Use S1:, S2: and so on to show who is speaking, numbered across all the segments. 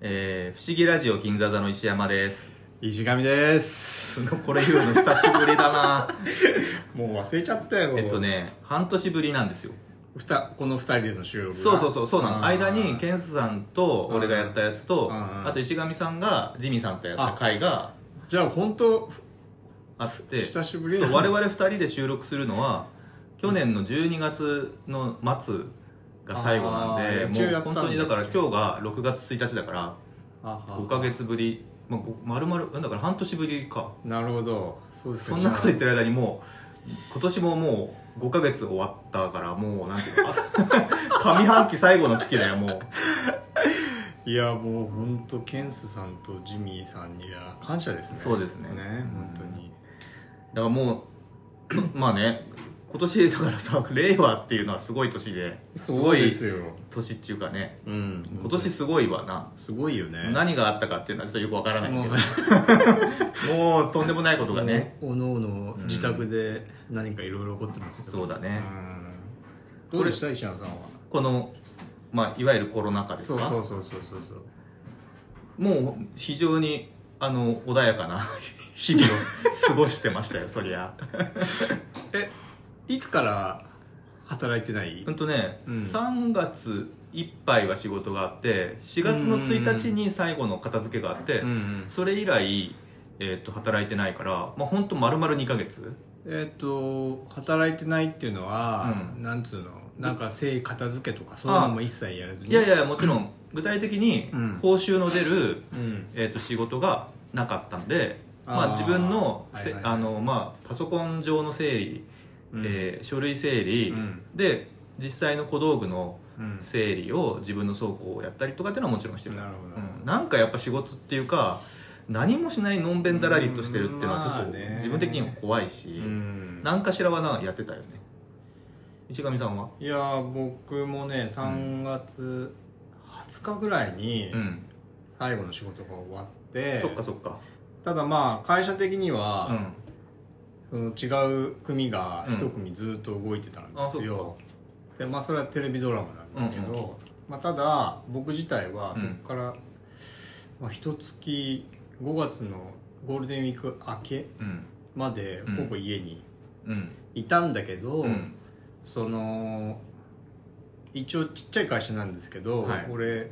S1: えー、不思議ラジオ金座座の石山です。
S2: 石上です
S1: これ言うの久しぶりだ な
S2: もう忘れちゃったよ
S1: えっとね、半年ぶりなんですよ。
S2: ふたこの二人での収録が
S1: そうそうそう、そうな
S2: あ
S1: の。
S2: ー
S1: 間に、ケンスさんと俺がやったやつと、
S2: あー
S1: あと石上さんが、ジミーさんとやった回が
S2: じゃあ本当
S1: あって、
S2: 久しぶり
S1: そう我々2人で収録するのは去年の12月の末が最後なんで
S2: あー一応
S1: も
S2: や
S1: う
S2: った
S1: 本
S2: んだ
S1: 当にだから今日が6月1日だから5か月ぶりまあご丸々うんだから半年ぶりか
S2: なるほどそうです
S1: そ
S2: ね
S1: んなこと言ってる間にもう今年ももう5か月終わったからもうなんていうか 上半期最後の月だよもう
S2: いやもう本当ケンスさんとジミーさんには感謝ですね
S1: そうですね
S2: ね本当に
S1: だからもう まあね今年だからさ令和っていうのはすごい年です
S2: そ
S1: ご
S2: うで
S1: い
S2: すよ
S1: 年っていうかね
S2: うん
S1: 今年すごいわな
S2: すごいよね
S1: 何があったかっていうのはちょっとよくわからない
S2: も
S1: けど
S2: う
S1: もうとんでもないことがね
S2: おのおの自宅で何かいろいろ起こってますけど
S1: そうだね
S2: うんどうでした石山さんは
S1: この、まあ、いわゆるコロナ禍です
S2: そう
S1: か
S2: そうそうそうそうそう
S1: もう非常にあの穏やかな 日々を過ごしてましたよそりゃ
S2: えいつから働いてない
S1: ほんとね、
S2: うん
S1: 3月いっぱいは仕事があって4月の1日に最後の片付けがあって、
S2: ん
S1: それ以来、えーっと働いてないから、まあ、ほんと丸々2ヶ月
S2: えっ、と働いてないっていうのは、
S1: う
S2: なんつうのなんか生片付けとかそういうのも一切やらずに
S1: いやいやもちろん具体的に
S2: うん
S1: 報酬の出る
S2: うん
S1: えー、と仕事がなかったんでまあ、
S2: あー
S1: 自分のせ
S2: はいはいはい
S1: あのまあパソコン上の整理、えー書類整理、
S2: うん
S1: で実際の小道具の
S2: うん
S1: 整理を自分の倉庫をやったりとかっていうのはもちろんしてる
S2: なるほど
S1: うん、なんかやっぱ仕事っていうか何もしないのんべんだらりとしてるっていうのはちょっ
S2: う
S1: と
S2: んまあね
S1: 自分的にも怖いし、
S2: うん
S1: 何かしらはなやってたよね市上さんはい
S2: やー僕もね3月20日ぐらいに
S1: うん、
S2: 最後の仕事が終わって、
S1: そっかそっか
S2: ただまあ会社的には、
S1: うん
S2: その違う組が一組ずっと動いてたんですよ、でまあそれはテレビドラマなんだけど、
S1: うんう
S2: まあ、ただ僕自体は
S1: う
S2: そ
S1: ん
S2: こから、まあ、一月5月のゴールデンウィーク明け
S1: うん
S2: まで
S1: うん
S2: ほぼ家に
S1: うん
S2: いたんだけど、
S1: うん
S2: その一応ちっちゃい会社なんですけど、
S1: はい
S2: 俺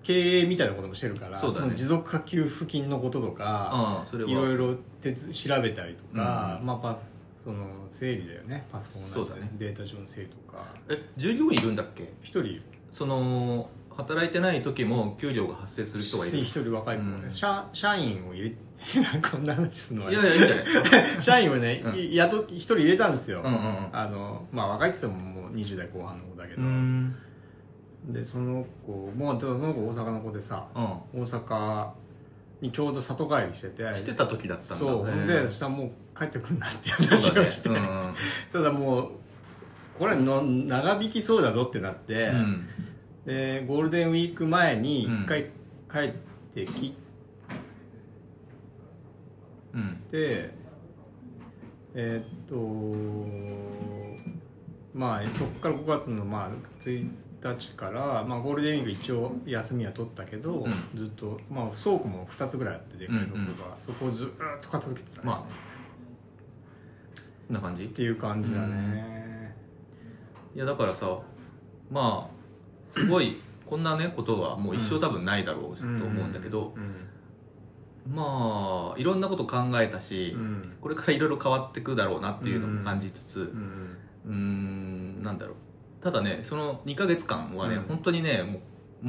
S2: 経営みたいなこともしてるから
S1: そうだね
S2: の持続化給付金のこととか、
S1: ああそれはい
S2: ろいろ手つ調べたりとか、
S1: うん
S2: まあパスその整理だよねパソコン
S1: そ
S2: の
S1: うだね
S2: データ上の整理とか
S1: え従業員いるんだっけ
S2: 一人いる
S1: その働いてない時も給料が発生する人がいる
S2: 一人若い子もね、
S1: うん
S2: 社社員を入れ こんな話するのはいね
S1: やいやいいん じゃないですか
S2: 社員をね、
S1: うん
S2: い雇っ一人入れたんです
S1: う
S2: よ、
S1: んうん
S2: あのまあ若いって言ってももう20代後半の子だけど、
S1: うん
S2: でその子もうただその子大阪の子でさ
S1: うん
S2: 大阪にちょうど里帰りしてて
S1: してた時だったんだ
S2: そ
S1: ね
S2: う、でしたらもう帰ってくんなって話をして、
S1: そうだねうんうん
S2: ただもうすこれはの長引きそうだぞってなって、
S1: うん
S2: でゴールデンウィーク前に一回帰ってき
S1: うん
S2: て、えーっとまあそこから5月のまあ1日から、まあ、ゴールデンウィーク一応休みは取ったけど、
S1: うん
S2: ずっと、まあ、倉庫も2つぐらいあってでかい倉庫が、
S1: うんうん
S2: そこをずーっと片付けてた、ね
S1: まあこんな感じ
S2: っていう感じだね、
S1: いやだからさまあすごいこんなねことはもう一生多分ないだろうと思うんだけど、
S2: うん
S1: まあいろんなこと考えたし、
S2: うん
S1: これからいろいろ変わってくだろうなっていうのも感じつつ、
S2: うん
S1: うーんなんだろうただねその2ヶ月間はね、
S2: うん
S1: 本当にねもう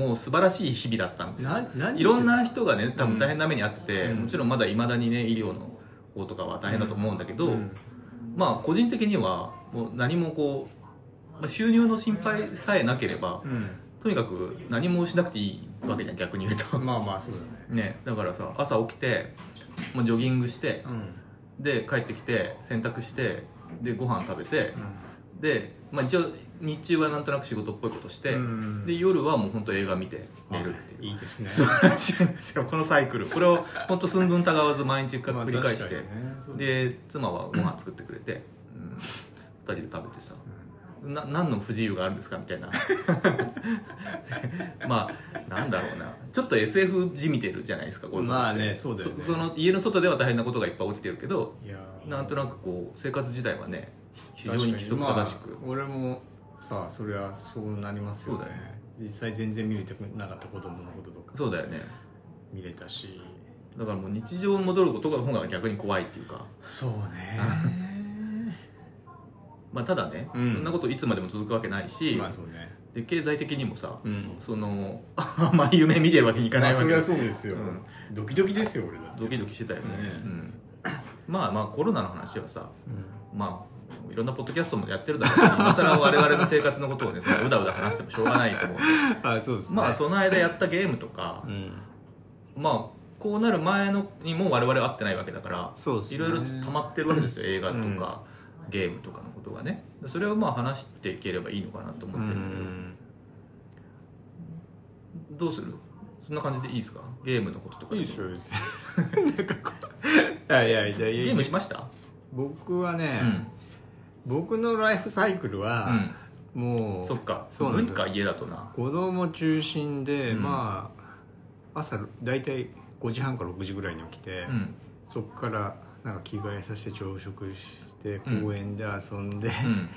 S1: もう素晴らしい日々だったんですよ
S2: な何して
S1: いろんな人がね多分大変な目に遭ってて、
S2: うん
S1: もちろんまだいまだにね医療の方とかは大変だと思うんだけど、
S2: うん
S1: まあ個人的にはもう何もこう、まあ、収入の心配さえなければ
S2: う
S1: とにかく何もしなくていいわけじゃん逆に言うと
S2: ん、まあまあそうだね
S1: ねだからさ朝起きてもうジョギングして
S2: うん、
S1: で帰ってきて洗濯してでご飯食べて、で、まあ、一応日中はなんとなく仕事っぽいことして、
S2: うん
S1: で夜はもう本当映画見て寝るっていう、
S2: いいですね
S1: 素晴らしいんですよこのサイクルこれを本当寸分たがわず毎日か
S2: まあ
S1: 繰り返して、
S2: 確かにねそうだね
S1: で妻はご飯作ってくれて、うん、2人で食べてさ
S2: う
S1: な何の不自由があるんですかみたいな まあなんだろうなちょっと SF じみてるじゃないですかこういうのって
S2: まあねそうだよね
S1: そその家の外では大変なことがいっぱい起きてるけど
S2: いやー
S1: なんとなくこう生活自体はね非常に規則正しく
S2: 確かにまあ俺もさそれはそうなりますよね
S1: そうだよ
S2: 実際全然見れてなかった子供のこととか
S1: そうだよね
S2: 見れたし
S1: だからもう日常に戻ることが方が逆に怖いっていうか
S2: そうね
S1: まあただね、
S2: うん
S1: そんなこといつまでも続くわけないし、
S2: まあそうね
S1: で経済的にもさ、
S2: うん
S1: その あんまり夢見てるわけにいかないわけ
S2: まあ
S1: です
S2: そりゃそうですよ、
S1: うん
S2: ドキドキですよ俺だって
S1: ドキドキしてたよね
S2: ね
S1: うん、 まあまあコロナの話はさ
S2: うん
S1: まあいろんなポッドキャストもやってるだろうし今更我々の生活のことをねそ のうだうだ話してもしょうがないと思うんで
S2: あそう ですね
S1: まあその間やったゲームとか
S2: う、ん
S1: まあこうなる前のにも我々は会ってないわけだから
S2: そうですね
S1: いろいろ溜まってるわけですよ映画とか、ゲームとかのことがねそれをまあ話していければいいのかなと思
S2: う
S1: ってるんだけど、
S2: ん
S1: どうするそんな感じでいいですかゲームのこと とか
S2: いいですよ別になんかこういやいやいや
S1: ゲ
S2: いや
S1: ームしました
S2: 僕は
S1: う
S2: ね、
S1: ん、
S2: 僕のライフサイクル
S1: う
S2: は、
S1: ん、
S2: もう
S1: そっか
S2: そうなん
S1: 文
S2: ですよ
S1: 化家だとな
S2: 子供中心で、
S1: うん
S2: まあ朝大体5時半から6時ぐらいに起きて、
S1: うん
S2: そこからなんか着替えさせて朝食して
S1: うん
S2: 公園で遊んで、
S1: うん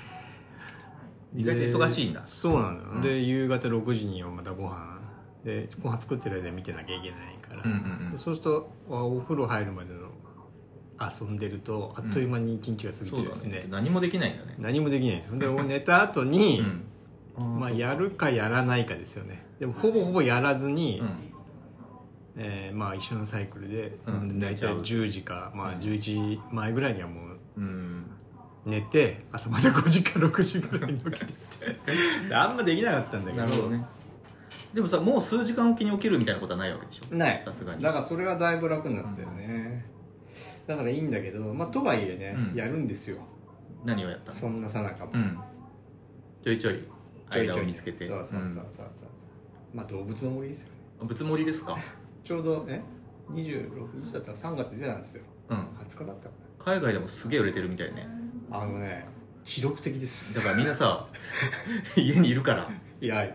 S1: 意外と忙しいんだ
S2: でそうなのよ、
S1: うん
S2: で夕方6時にはまたご飯でご飯作ってる間見てなきゃいけないから、
S1: うんうんう
S2: で
S1: ん
S2: そうするとあお風呂入るまでの遊んでるとあっという間に一日が過ぎ
S1: そ
S2: て
S1: う
S2: で
S1: だ
S2: す
S1: ね
S2: ね,、
S1: 何もできないんだね
S2: 何もできないんです よでお寝た後に、
S1: うん
S2: まあ、
S1: そう
S2: やるかやらないかですよねでもほぼほぼやらずに、
S1: うん
S2: えーまあ、一緒のサイクルで、
S1: うん
S2: 大体
S1: 寝ちゃ
S2: 10時か、ま
S1: う
S2: あ、
S1: ん
S2: 11時前ぐらいにはもう
S1: うん
S2: 寝て朝まで5時か6時ぐらいに起きてっ てあんまできなかったんだけど
S1: なるほどねでもさもう数時間おきに起きるみたいなことはないわけでしょ
S2: ない
S1: さすがに
S2: だからそれはだいぶ楽になったよね、だからいいんだけど、まあ、とはいえね、
S1: うん
S2: やるんですよ
S1: 何をやったの
S2: そんなさなかも、
S1: うんちょいちょい
S2: ちょいちょい
S1: 間を見つけて
S2: そうそうそうそうそう、まあ動物の森ですよね
S1: うんぶつもりです か
S2: ちょうどえ26日だったら3月出たんですよ
S1: うん
S2: 20日だったか
S1: 海外でもすげえ売れてるみたいね
S2: なあのね記録的です
S1: だからみんな さ家にいるから
S2: いや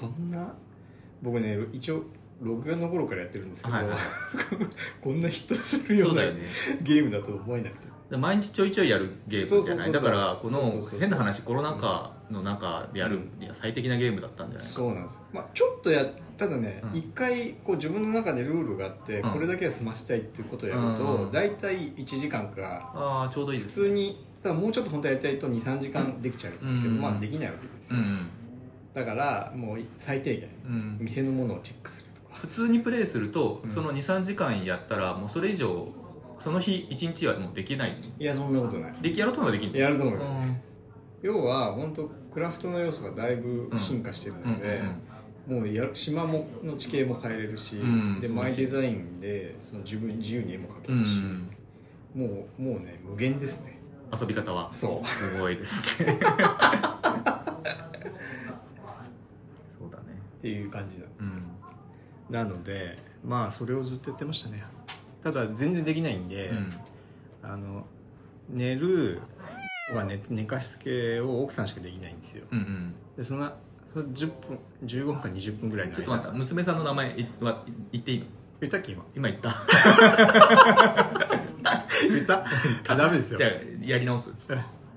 S2: こんな僕ね一応録画の頃からやってるんですけど、
S1: はいはい
S2: こんなヒットするよ
S1: そう
S2: うな
S1: だよね
S2: ゲームだと思えなくて
S1: で毎日ちょいちょいやるゲームじゃない
S2: そうそうそうそ
S1: だ
S2: う
S1: からこ
S2: そうそう
S1: の
S2: そうそう
S1: 変な話コロナ禍の中でやるには最適なゲームだったんじゃないか
S2: そうなんですよ、まあ、ちょっとやただね
S1: うん
S2: 一、回こう自分の中でルールがあって、
S1: うん
S2: これだけは済ましたいっていうことをやる
S1: うんう
S2: と
S1: ん
S2: 大体、1時間か
S1: ああちょうどいい
S2: 普
S1: ですね
S2: 通にただもうちょっと本当はやりたいと23時間できちゃうけど、
S1: うん
S2: まあできないわけです
S1: う
S2: よ、
S1: ん
S2: だからもう最低限
S1: うん
S2: 店のものをチェックするとか
S1: 普通にプレイすると、
S2: うん
S1: その23時間やったらもうそれ以上その日1日はもうできない
S2: いやそんなことない
S1: できやろうともできんだよ
S2: やると思
S1: う
S2: うよ、
S1: ん
S2: 要は本当クラフトの要素がだいぶ進化してるので、もうや島もの地形も変えれるし、
S1: うん
S2: で
S1: そうだ
S2: マ
S1: し
S2: イデザインでその自分自由に絵も描け
S1: うんうん
S2: るし、
S1: うん
S2: もうもうね無限ですね
S1: 遊び方は
S2: そう
S1: すごい ですねそうだね
S2: っていう感じなんで
S1: う
S2: すよ、
S1: ん
S2: なのでまあそれをずっとやってましたねただ全然できないんで、
S1: うん
S2: あの寝るは寝寝かしつけを奥さんしかできないんですよ
S1: うんうん
S2: でそのその10分15分か20分ぐらいの間
S1: ちょっと待った娘さんの名前いは言っていいの
S2: 言ったっけ今
S1: 今言った
S2: 言ったあ ダメですよ
S1: じゃあやり直す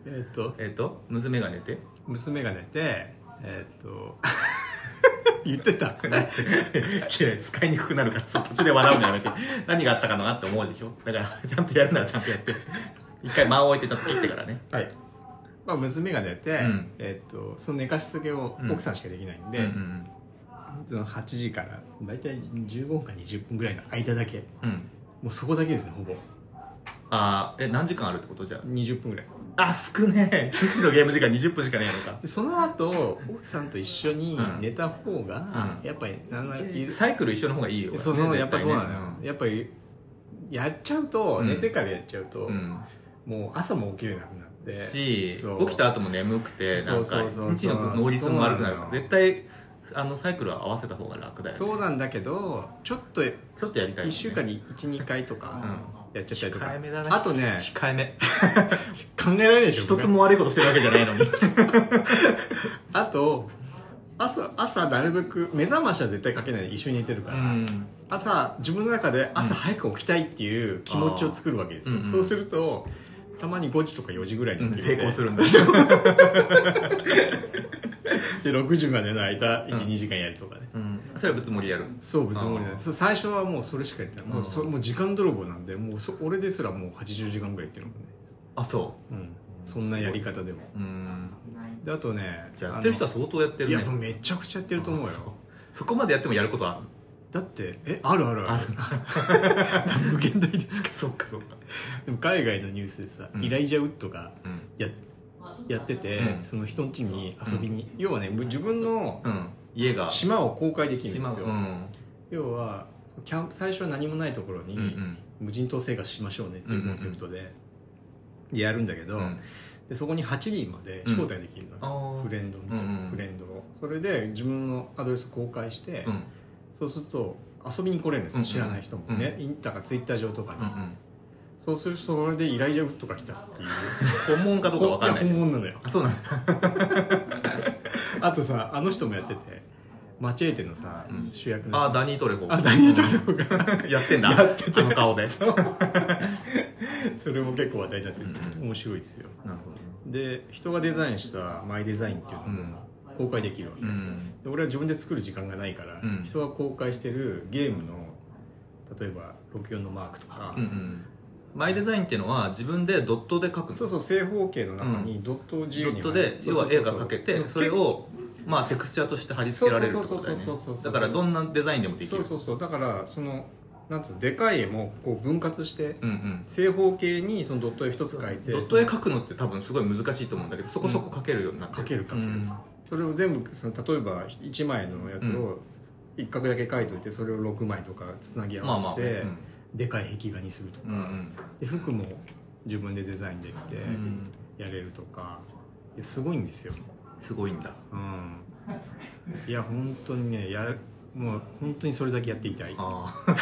S2: えーっと
S1: えっ、と娘が寝て
S2: 娘が寝てえーっと 言っ てた
S1: いや使いにくくなるからそう途中で笑うのやめて何があったかなって思うでしょだから ちゃんとやるならちゃんとやって一回間を置いてちゃんと切ってからね
S2: はいまあ、娘が寝て、
S1: うん
S2: えーっとその寝かしつけを
S1: うん
S2: 奥さんしかできないんで、
S1: うんうん
S2: その8時から大体15分か20分ぐらいの間だけ
S1: うんうん
S2: もうそこだけですねほぼ
S1: あーえ何時間あるってことじゃ
S2: 20分ぐらい
S1: ああ少ねえ1日のゲーム時間20分しかねえのか
S2: でその後奥さんと一緒に
S1: うん
S2: 寝た方が、
S1: うん
S2: やっぱりなんならいる
S1: サイクル一緒の方がいいよ、
S2: そ
S1: 絶対
S2: の
S1: ね
S2: やっぱそうなのよ、やっぱりやっちゃうと、
S1: うん
S2: 寝てからやっちゃうと、
S1: うんうん
S2: もう朝も起きれなくなって
S1: し
S2: そう
S1: 起きた後も眠くてな
S2: そ
S1: ん
S2: う
S1: か
S2: そう
S1: 一
S2: そう
S1: 日
S2: そう
S1: の能率も悪くなるから
S2: そうなのよ
S1: 絶対あのサイクルは合わせた方が楽だよね
S2: そうなんだけどちょっと1
S1: ちょっとやりたいよね
S2: 週間に12回とか、やっちゃったりとか
S1: 控えめだね
S2: あとね
S1: 控えめ
S2: 考えられないでしょ
S1: 一つも悪いことしてるわけじゃないのに
S2: あと朝朝なるべく目覚ましは絶対かけない一緒に寝てるから、
S1: ん
S2: 朝自分の中で朝早く起きたいっていう気持ちを作るわけですよ、
S1: うんうん
S2: そうするとたまに5時とか4時ぐらいに起きれて
S1: 成功するんだ
S2: で6時までの間12、
S1: うん
S2: 時間やるとかね
S1: うんそれはぶつもりやる
S2: そう別にね
S1: あー
S2: そう最初はもうそれしかやってないもうそ
S1: うん
S2: もう時間泥棒なんでもうそ俺ですらもう80時間ぐらいやってるもんね
S1: あそ
S2: うんそんなやり方でも
S1: ううん
S2: であとね
S1: じゃあやってる人は相当やって
S2: あの
S1: る
S2: い
S1: ね
S2: やもうめちゃくちゃやってると思うよ
S1: あそそこまでやってもやることは
S2: だってえあるあるある 無限大ですか
S1: そっかそっか
S2: でも海外のニュースでさ、
S1: うん
S2: イライジャ・ウッドが
S1: うん
S2: ややってて、
S1: うん
S2: その人ん家に遊びに、要はね自分の
S1: うん家が
S2: 島を公開できるんですよ、
S1: 島
S2: 要はキャンプ最初は何もないところ
S1: う
S2: に、
S1: んうん
S2: 無人島生活しましょうねっていうコンセプトでやるんだけ
S1: う
S2: ど、
S1: んうん
S2: でそこに8人まで招待できる
S1: あ
S2: の、
S1: ー
S2: フレンドみたいな、
S1: うんうん
S2: フレンドをそれで自分のアドレス公開して、
S1: うん
S2: そうすると遊びに来れるんです
S1: うんう
S2: よ
S1: ん
S2: 知らない人もね、インタかツイッター上とかに、
S1: うん
S2: そうするとそれでイライジャウッドが来たっ ていう
S1: うん本物かどうかわかんない
S2: い
S1: じ
S2: や
S1: ゃん
S2: 本物なのよ
S1: あそうなんだ
S2: あとさあの人もやっててマチェーテのさ、
S1: うん
S2: 主役の人
S1: あダニートレホ
S2: あダニートレホが
S1: うん やってんだ
S2: やってて
S1: あの顔で
S2: それも結構話題になってて、
S1: うん
S2: 面白いですよ
S1: なるほどね
S2: で人がデザインしたマイデザインっていうのが公開できるわけ、
S1: うん
S2: で俺は自分で作る時間がないから、
S1: うん
S2: 人が公開してるゲームの例えば64のマークとか、
S1: うんうんマイデザインっていうのは自分でドットで描くの
S2: そうそう正方形の中にドットを自
S1: ド
S2: 由
S1: ッ
S2: に
S1: トで要は絵が描けてそれをまあテクスチャーとして貼り付けられるってことだよね
S2: そうそうそうそうそう
S1: だからどんなデザインでもでき
S2: そう
S1: る
S2: そうそうだからそのなんつうのでかい絵もこう分割して
S1: うんうん
S2: 正方形にそのドット絵一つ描いて
S1: ドット絵描くのって多分すごい難しいと思うんだけどそこそこ描けるようになって
S2: 描ける描ける
S1: うん
S2: それを全部その例えば1枚のやつを一角だけ描いといてそれを6枚とかつなぎ合
S1: まあ
S2: わ
S1: まあ
S2: せて、でかい壁画にするとか、
S1: うんうん
S2: で服も自分でデザインできて
S1: うん
S2: やれるとか、いやすごいんですよ、
S1: すごいんだ
S2: うん、いや本当にねやもう本当にそれだけやっていたい
S1: ああ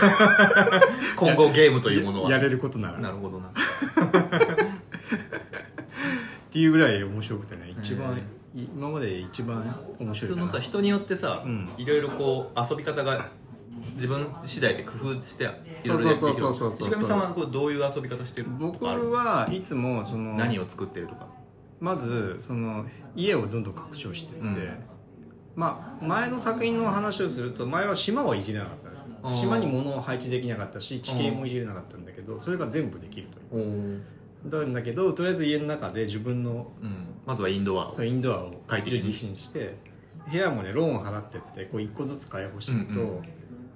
S1: 今後ゲーム というものは
S2: ややれることなら
S1: な
S2: っ
S1: るほどな
S2: ていうぐらい面白くてね一番
S1: へ
S2: 今まで一番面白い
S1: そ
S2: か
S1: の
S2: な
S1: さ人によってさ
S2: うん
S1: いろいろこう遊び方が自分次第で工夫していろいろやってい
S2: そうそうそうそうそう
S1: 石上さんはこうどういう遊び方してると
S2: 僕
S1: かある
S2: はいつもその
S1: 何を作ってるとか
S2: まずその家をどんどん拡張してって、
S1: うん
S2: まあ、前の作品の話をすると前は島はいじれなかったんです
S1: あー
S2: 島に物を配置できなかったし地形もいじれなかったんだけどそれが全部できるという
S1: おー
S2: なんだけどとりあえず家の中で自分の
S1: うんまずはインドアを
S2: そうインドアを
S1: 快適に
S2: 自信して部屋もねローン払ってってこう一個ずつ開放していくと、
S1: うんう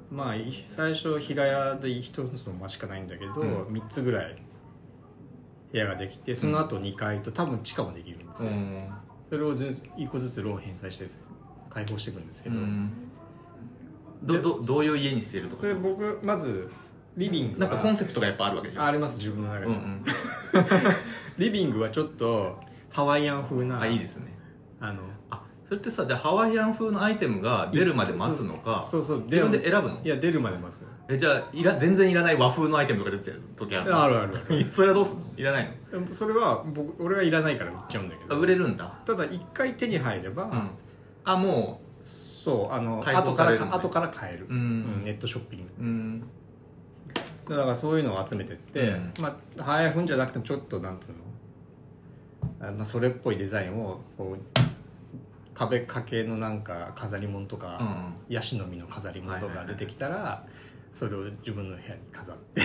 S2: まあい最初平屋で一つの間しかないんだけど、
S1: うん
S2: 三3つぐらい部屋ができてその後2階と多分地下もできるんですよ、
S1: うん
S2: それを順一個ずつローン返済して開放していくんですけ
S1: う
S2: ど、
S1: んどどどういう家にしてるとか
S2: それ僕まずリビング
S1: な
S2: は
S1: んかコンセプトがやっぱあるわけじゃん
S2: ああります自分の中で、
S1: うんうん
S2: リビングはちょっとハワイアン風な
S1: あいいですね
S2: あの
S1: あそれってさじゃあハワイアン風のアイテムが出るまで待つのか
S2: そうそう
S1: 自分で選ぶの
S2: いや出るまで待つ
S1: えじゃあいら全然いらない和風のアイテムとか出ちゃう時あ
S2: あ
S1: るの
S2: るある ある
S1: それはどうすんのいらないの
S2: それは僕俺はいらないから売っちゃうんだけ
S1: あ
S2: ど
S1: 売れるんだ
S2: ただ一回手に入れば、
S1: うんあも
S2: そうあの
S1: 解放
S2: 後
S1: さ
S2: か
S1: れる
S2: ら
S1: んだ
S2: 後から買える、
S1: うう
S2: うんネ
S1: ん
S2: ットショッピング
S1: うん
S2: だからそういうのを集めてって、
S1: うん
S2: まあハヤフンじゃなくてもちょっとなんつうのあ、まあ、それっぽいデザインをこう壁掛けのなんか飾り物と
S1: う
S2: か、
S1: ん
S2: ヤシの実の飾り物と
S1: はいはいは
S2: か出
S1: い
S2: てきたら、それを自分の部屋に飾って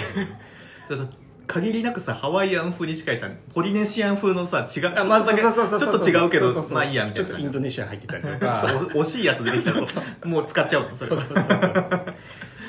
S1: でさ限りなくさハワイアン風に近いさポリネシアン風のさ違うちょっと
S2: まあ
S1: だけちょ
S2: そうそうそうそう
S1: っと違うけ
S2: そ
S1: ど
S2: そそ
S1: まあいいやみたいな
S2: ちょ
S1: 感
S2: っと
S1: じ
S2: インドネシア入ってたりと か
S1: そう惜しいやつ出てきたらもう使っちゃうのそ
S2: そ
S1: れは
S2: うそうそうそうそう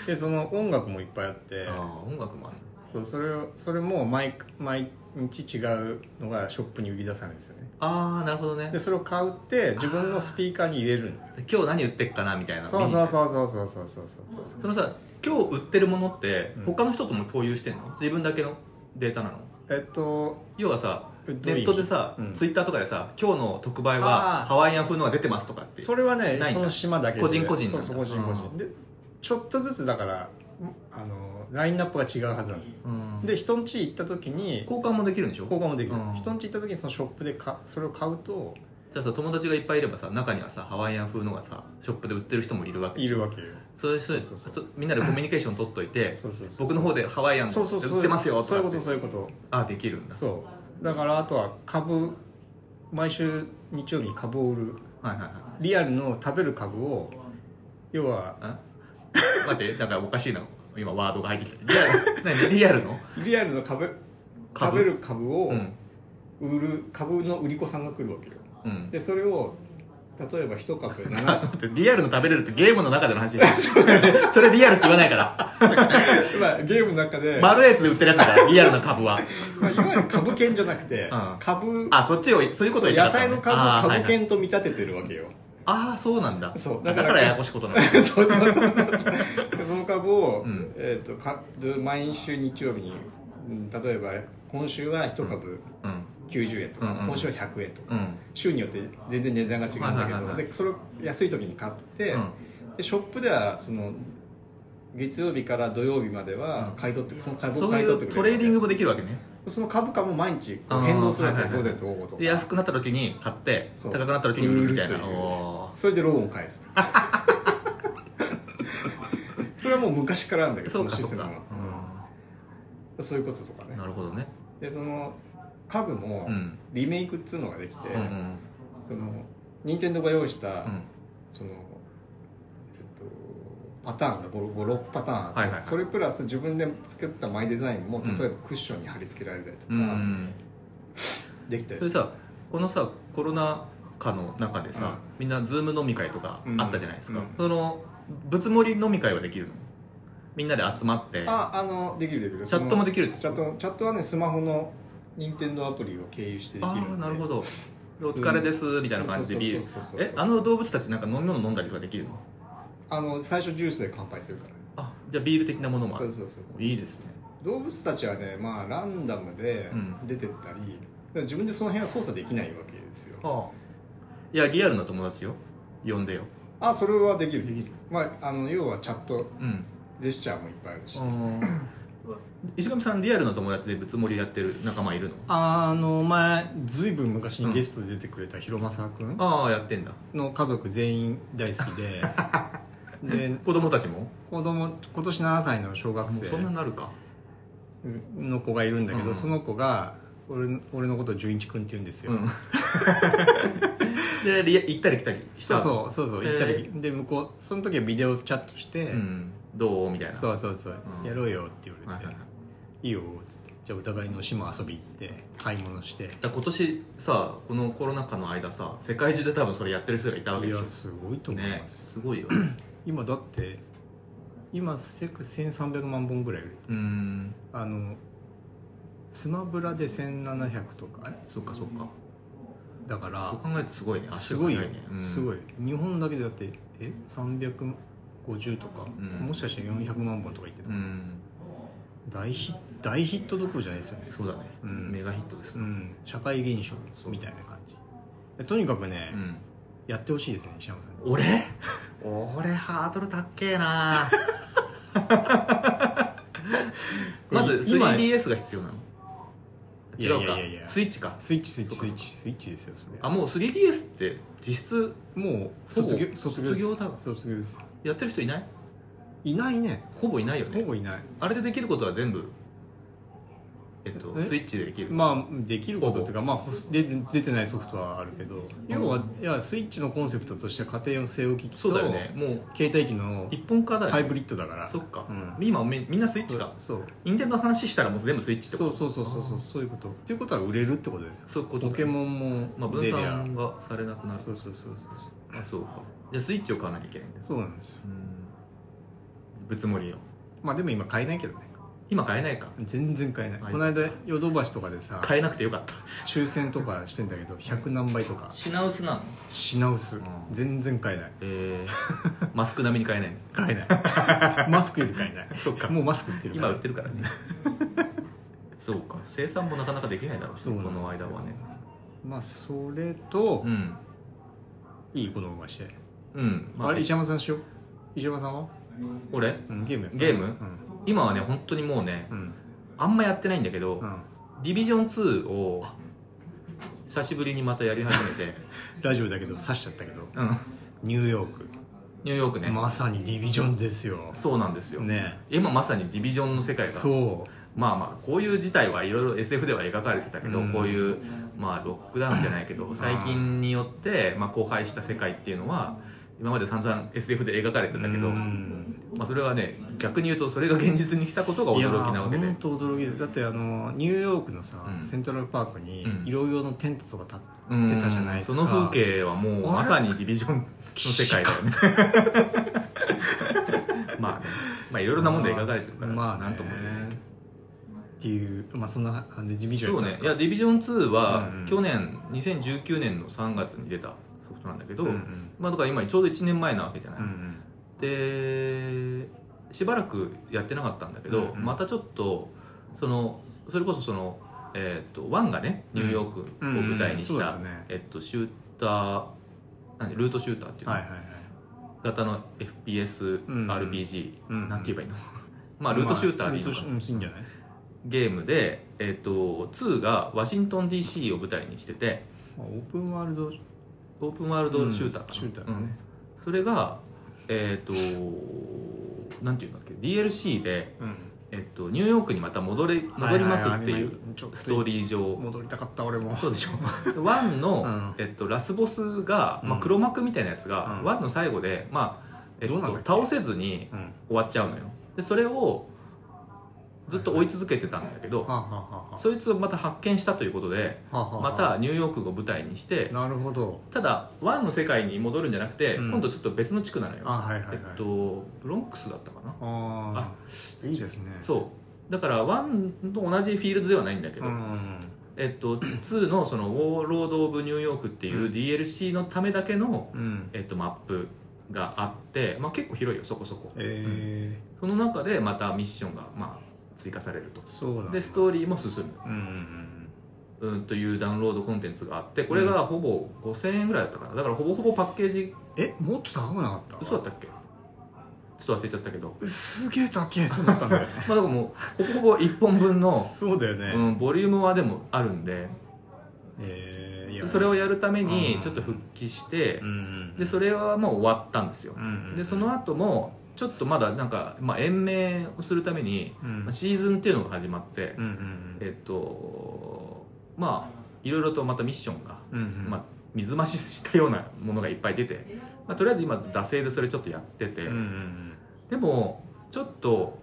S2: でその音楽もいっぱいあって
S1: ああ音楽もある
S2: そうそれをそれも毎毎日違うのがショップに売り出されるんですよね
S1: ああなるほどね
S2: でそれを買うって自分のスピーカーに入れるの
S1: 今日何売ってっかなみたいな
S2: そうそうそうそうそうそうそうそうそう
S1: そのさ今日売ってるものって
S2: うん
S1: 他の人とも共有してんの自分だけのデータなの
S2: えっと
S1: 要はさ
S2: どういう意
S1: ネ
S2: 味
S1: ットでさ、
S2: うん
S1: ツイッターとかでさ今日の特売
S2: あ
S1: は
S2: ー
S1: ハワイアン風のが出てますとかって
S2: それは
S1: ない
S2: ね
S1: んだ
S2: その島だけで
S1: 個人個人なん
S2: そう
S1: だ
S2: そう個人個人でちょっとずつだからあのラインナップが違うはずなんですよ
S1: うん
S2: で人ん家行った時に
S1: 交換もできるんでしょ
S2: 交換もできる、
S1: うん
S2: 人ん家行った時にそのショップでかそれを買うと
S1: じゃあさ友達がいっぱいいればさ中にはさハワイアン風のがさショップで売ってる人もいるわけ
S2: いるわけよ
S1: そういう人
S2: そうそう
S1: そみんなでコミュニケーション取っといて
S2: そうそうそう
S1: 僕の方でハワイアン
S2: そうそうそう
S1: 売ってますよと
S2: そう
S1: かっ
S2: いう
S1: て
S2: ことそういうこと
S1: あできるんだ
S2: そうだからあとは株毎週日曜日に株を売る
S1: はいはいは
S2: リアルの食べる株を要はい
S1: ん待ってだからおかしいな今ワードが入ってきたリ アル何リアルの
S2: リアルの株食
S1: 株
S2: べる株を
S1: うん
S2: 売る株の売り子さんが来るわけよ
S1: うん
S2: でそれを例えば 一株
S1: あ
S2: 7
S1: 待ってリアルの食べれるってゲームの中での 話でしょ それリアルって言わないから
S2: まあゲームの中 で、ま
S1: 丸いやつで売ってるやつだからリアルな株は
S2: あ、いわゆる株券じゃなくて、
S1: うん
S2: 株
S1: あそっちをそういうことを言
S2: 野
S1: ってた
S2: 菜の
S1: ね
S2: 株
S1: あー
S2: を
S1: はい
S2: 株
S1: はい
S2: 券と見立ててるわけよ、
S1: ああそうなんだ
S2: そう
S1: だ
S2: だ
S1: か
S2: からら
S1: ややこしいことなんだ
S2: そうそうそうそうでその株を、
S1: うん
S2: えー、とか毎週日曜日にうん例えば今週は1株
S1: うん
S2: 90円とか、
S1: うんうん
S2: 今週は100円とか、
S1: うん
S2: 週によって全然値段が違うんだけど、
S1: はいはいはいはい
S2: でそれを安い時に買って、
S1: うん
S2: でショップではその月曜日から土曜日までは買い取って、その株
S1: そ
S2: を
S1: う
S2: 買
S1: い
S2: い取って
S1: う
S2: く
S1: ト
S2: れ
S1: レーディングもできるわけね
S2: グその株価も毎日こう変動するわけ
S1: あーは
S2: よ
S1: い
S2: 午
S1: はいはい
S2: 前と午後と
S1: で安くなった時に買って
S2: そ
S1: 高
S2: う
S1: くなった時に売るみたいな
S2: 売るという
S1: おー
S2: それでローンを返すと それはもう昔からなんだけど
S1: そうか
S2: このシ
S1: そ
S2: ス
S1: う
S2: テム
S1: か
S2: はうんそういうこととか
S1: う
S2: ね
S1: んなるほどね
S2: でその家具も
S1: うん
S2: リメイクっつうのができて、
S1: うんうん
S2: その任天堂が用意した、
S1: うん
S2: その、えっと、パターンが56パターンあって、
S1: はいはいはい
S2: それプラス自分で作ったマイデザインも
S1: う
S2: 例
S1: ん
S2: えばクッションに貼り付けられたりとか、
S1: うん
S2: できたり
S1: それさこのさコロナ禍の中でさ、
S2: うん
S1: みんなズーム飲み会とか
S2: うん
S1: あったじゃないですか、
S2: うん
S1: そのぶつ盛り飲み会はできるのみんなで集まって
S2: ああのできるできる
S1: チャットもで
S2: き
S1: きる
S2: チャットチャットはねスマホの任天堂アプリを経由してでき
S1: あ
S2: る
S1: あなるほ
S2: ど
S1: どお疲れですみたいな感じでビールえあ
S2: の
S1: の動物たちなんか飲み物飲んだりとかできるの
S2: あの最初ジュースで乾杯するから
S1: あじゃあビール的なものもあ
S2: そう
S1: る
S2: そうそう
S1: いいですね
S2: 動物たちはねまあランダムで
S1: うん
S2: 出てったり、だから自分でその辺は操作できないわけですよ
S1: ああいやリアルな友達よ呼んでよ
S2: あそれはできる
S1: できる
S2: まあ、あの要はチャット
S1: うん
S2: ジェスチャーもいっぱいあるし、
S1: 石上さんリアルな友達でぶつ盛りやってる仲間いるの
S2: あの前ずいぶん昔
S1: うん
S2: にゲストで出てくれた広政君
S1: ああやってんだ
S2: の家族全員大好きで で
S1: 子供たちも
S2: 子供今年7歳の小
S1: も
S2: 学
S1: う
S2: 生
S1: そんななるか
S2: の子がいるんだけど、
S1: うん
S2: その子が俺俺のことを純一君って言うんですよ、
S1: うん でリア行ったり来たりした
S2: そうそうそうそう
S1: へー
S2: 行ったり、で向こうその時はビデオチャットして、
S1: ん、どうみたいな
S2: そうそうそう、
S1: うん
S2: やろうよって言
S1: は
S2: われ
S1: い
S2: て、
S1: はいはい
S2: いいよっつってじゃあお互いの島遊び行って買い物して
S1: だから今年さこのコロナ禍の間さ世界中で多分それやってる人がいたわけ
S2: い
S1: でし
S2: や
S1: ょ
S2: すごいと思い
S1: ね
S2: ます、
S1: すごいよ
S2: 今だって今せく1300万本ぐらい売れて
S1: う
S2: る
S1: ん
S2: あのスマブラで1700とか
S1: そっかそっか
S2: だか
S1: そう
S2: ら
S1: 考えるとすごいね足
S2: す
S1: が
S2: ごいよ
S1: 速いねうん
S2: すごい日本だけでだってえ350とか、
S1: うん
S2: もしかして400万本とか言ってた、
S1: うん
S2: 大ヒ大ヒットどころじゃないですよね、
S1: そうだね、
S2: うん
S1: メガヒットです
S2: う
S1: ね
S2: ん、社会現象みたいな感じでとにかくね、
S1: うん
S2: やってほしいですね石山さんに
S1: 俺 俺ハードル高え なまず
S2: 今
S1: 3DS が必要なの
S2: いやい
S1: 違う
S2: や
S1: か
S2: いやいや
S1: スイッチか
S2: スイッチスイッチ
S1: そ
S2: ス
S1: う
S2: イ
S1: か
S2: ッチスイッチですよそれ
S1: あもう 3DS って実質
S2: もう卒業卒業
S1: 卒
S2: です
S1: 業だわ
S2: 卒業です
S1: やってる人いない
S2: いないね
S1: ほぼいないよ
S2: ほ
S1: ね
S2: ぼいない
S1: あれでできることは全部えっと
S2: え
S1: スイッチでできる
S2: まあできることっていうか、まあほす、で出てないソフトはあるけど要は、いやスイッチのコンセプトとして家庭用据え置き機と
S1: そうだよねもう
S2: 携帯機の
S1: 一本化だよ
S2: ハイ
S1: ね
S2: ブリッドだから
S1: そっか
S2: うん
S1: 今みみんなスイッチか
S2: そう
S1: 任天堂の話したらもう全部スイッチって
S2: そ
S1: こ
S2: う
S1: と
S2: そうそうそうそうそういうことっていうことは売れるってことですよ
S1: そういうこと
S2: ポケ
S1: ン
S2: モンも
S1: まあ分
S2: 出りゃ
S1: 散がされなくなる
S2: そうそうそうそう
S1: あそうかじゃあスイッチを買わなきゃいけないんだ
S2: そうなんですよ
S1: うんぶつもりよ
S2: まあでも今買えないけどね
S1: 今買えないか
S2: 全然買えない、
S1: はい
S2: この間ヨドバシとかでさ
S1: 買えなくてよかった
S2: 抽選とかしてんだけど100何倍とか
S1: 品薄なの
S2: 品薄、
S1: ん
S2: 全然買えない
S1: えー、 マスク並みに買えないの
S2: 買えない マスクより買えない
S1: そっか
S2: もうマスク売ってるか
S1: 今
S2: ら
S1: 売ってるからね そうか生産もなかなかできないだろうし
S2: そう
S1: こ
S2: なんですよ
S1: の間はね
S2: まあそれと、
S1: うん
S2: いい子供がして、
S1: うん、ま
S2: あ、れ石山さんしよう石山さんは、
S1: 俺
S2: うん、ゲームやった
S1: ゲーム
S2: うん
S1: 今はね本当にもうね
S2: うん
S1: あんまやってないんだけど、
S2: うん
S1: ディビジョン2を久しぶりにまたやり始め て、
S2: ラジオだけど刺しちゃったけど
S1: うん、
S2: ニューヨーク、
S1: ニューヨークね、
S2: まさにディビジョンですよ
S1: そうなんですよ、
S2: ね
S1: 今まさにディビジョンの世界が
S2: そ
S1: まあまあこういう事態はいろいろ SF では描かれてたけど、
S2: うん
S1: こういうまあロックダウンじゃないけど最近によってまあ荒廃した世界っていうのは今まで散々 SF で描かれて
S2: う
S1: たけど、
S2: うん
S1: まあ、それはね逆に言うとそれが現実に来たことが驚きなわけで
S2: いやー本当驚きでだってあのニューヨークのさ、
S1: うん
S2: セントラルパークに
S1: うん
S2: いろいろのテントとか立って、
S1: うん
S2: 出たじゃないですか
S1: その風景はもうまさにディビジョンの世界だよねまあねまあいろいろなもんで描かれてるから、
S2: まあね
S1: なんとも言えない
S2: っていうまあそんな感じでビジ
S1: そ
S2: ョン
S1: う
S2: や
S1: ね
S2: ったん
S1: い
S2: です
S1: や
S2: か
S1: ディビジョン2は
S2: うんうん
S1: 去年2019年の3月に出たソフトなんだけど、
S2: うんうん
S1: まあだから今ちょうど1年前なわけじゃない、
S2: うん
S1: でしばらくやってなかったんだけど、
S2: うんうん
S1: またちょっとそのそれこそそのえーっとワンがねニューヨークを
S2: うん
S1: 舞台に
S2: う
S1: し
S2: んそう
S1: た、
S2: だったね
S1: えっとシューター何ルートシューターっていうの、
S2: はいはいはい
S1: 型の FPS、
S2: うんうん
S1: RPG、
S2: うんうん
S1: なんて言えばいいの まあルートシューターでいいの
S2: ま
S1: か
S2: あ
S1: な
S2: ルートシうんいいんじゃない
S1: ゲームで、えっと2がワシントン DC を舞台にしてて
S2: まあオープンワールド
S1: オープンワールドシューターかな、
S2: うんシューターだね
S1: うんそれがえっ、となんていうんだっけ DLC で、
S2: うん
S1: えっとニューヨークにまた戻れ戻りますっていうストー
S2: ー
S1: リー上
S2: 戻りたかった俺も
S1: そうでしょ ワンの、
S2: うん
S1: えっと、ラスボスが、ま
S2: う
S1: あ、
S2: ん
S1: 黒幕みたいなやつが、
S2: うん
S1: ワンの最後で、まあえっ
S2: どう
S1: と
S2: なんだっ、け
S1: 倒せずに
S2: うんは
S1: 終わっちゃうのよでそれをずっと追い続けてたんだけ
S2: あ
S1: ど
S2: はあはあは
S1: そいつをまた発見したということで
S2: あはあは
S1: ま
S2: あ
S1: たニューヨークを舞台にして
S2: なるほど
S1: ただワンの世界に戻るんじゃなくて、
S2: うん
S1: 今度ちょっと別の地区なのよ
S2: あはいはいはい
S1: えっとブロンクスだったかな
S2: ああいいですね
S1: そうだからワンと同じフィールドではないんだけど、
S2: うんうんうん
S1: えっ と、2のその「ウォーロード・オブ・ニューヨーク」っていううん DLC のためだけの、
S2: うん
S1: えっと、マップがあって、まあ、結構広いよそこそこ
S2: え
S1: その中でまたミッションが、まあ、追加されると
S2: ー、そうだ
S1: でストーリーも進む
S2: うんうんうん
S1: うんというダウンロードコンテンツがあってこれがほぼ5000円ぐらいだったかなだからほぼほぼパッケージ
S2: えもっと高くなかった
S1: 嘘だったっけちょっと忘れちゃったけど
S2: うっすげえ高えと思ったんだよね
S1: まあだからもうほぼほぼ1本分の、
S2: そうだよね、
S1: うん、ボリュームはでもあるんで
S2: えーい
S1: それをや
S2: る
S1: るため
S2: う
S1: に
S2: ん
S1: ちょっと復帰して
S2: うんうん
S1: でそれはもう終わったんですよ
S2: うんうん
S1: でその後もちょっとまだなんか、まあ、延命をするために
S2: うん
S1: まあシーズンっていうのが始まって
S2: うんうん
S1: えっとまあいろいろとまたミッションが、
S2: うんうん
S1: まあ、水増ししたようなものがいっぱい出て、まあ、とりあえず今惰性でそれちょっとやってて、
S2: うんうん
S1: でもちょっと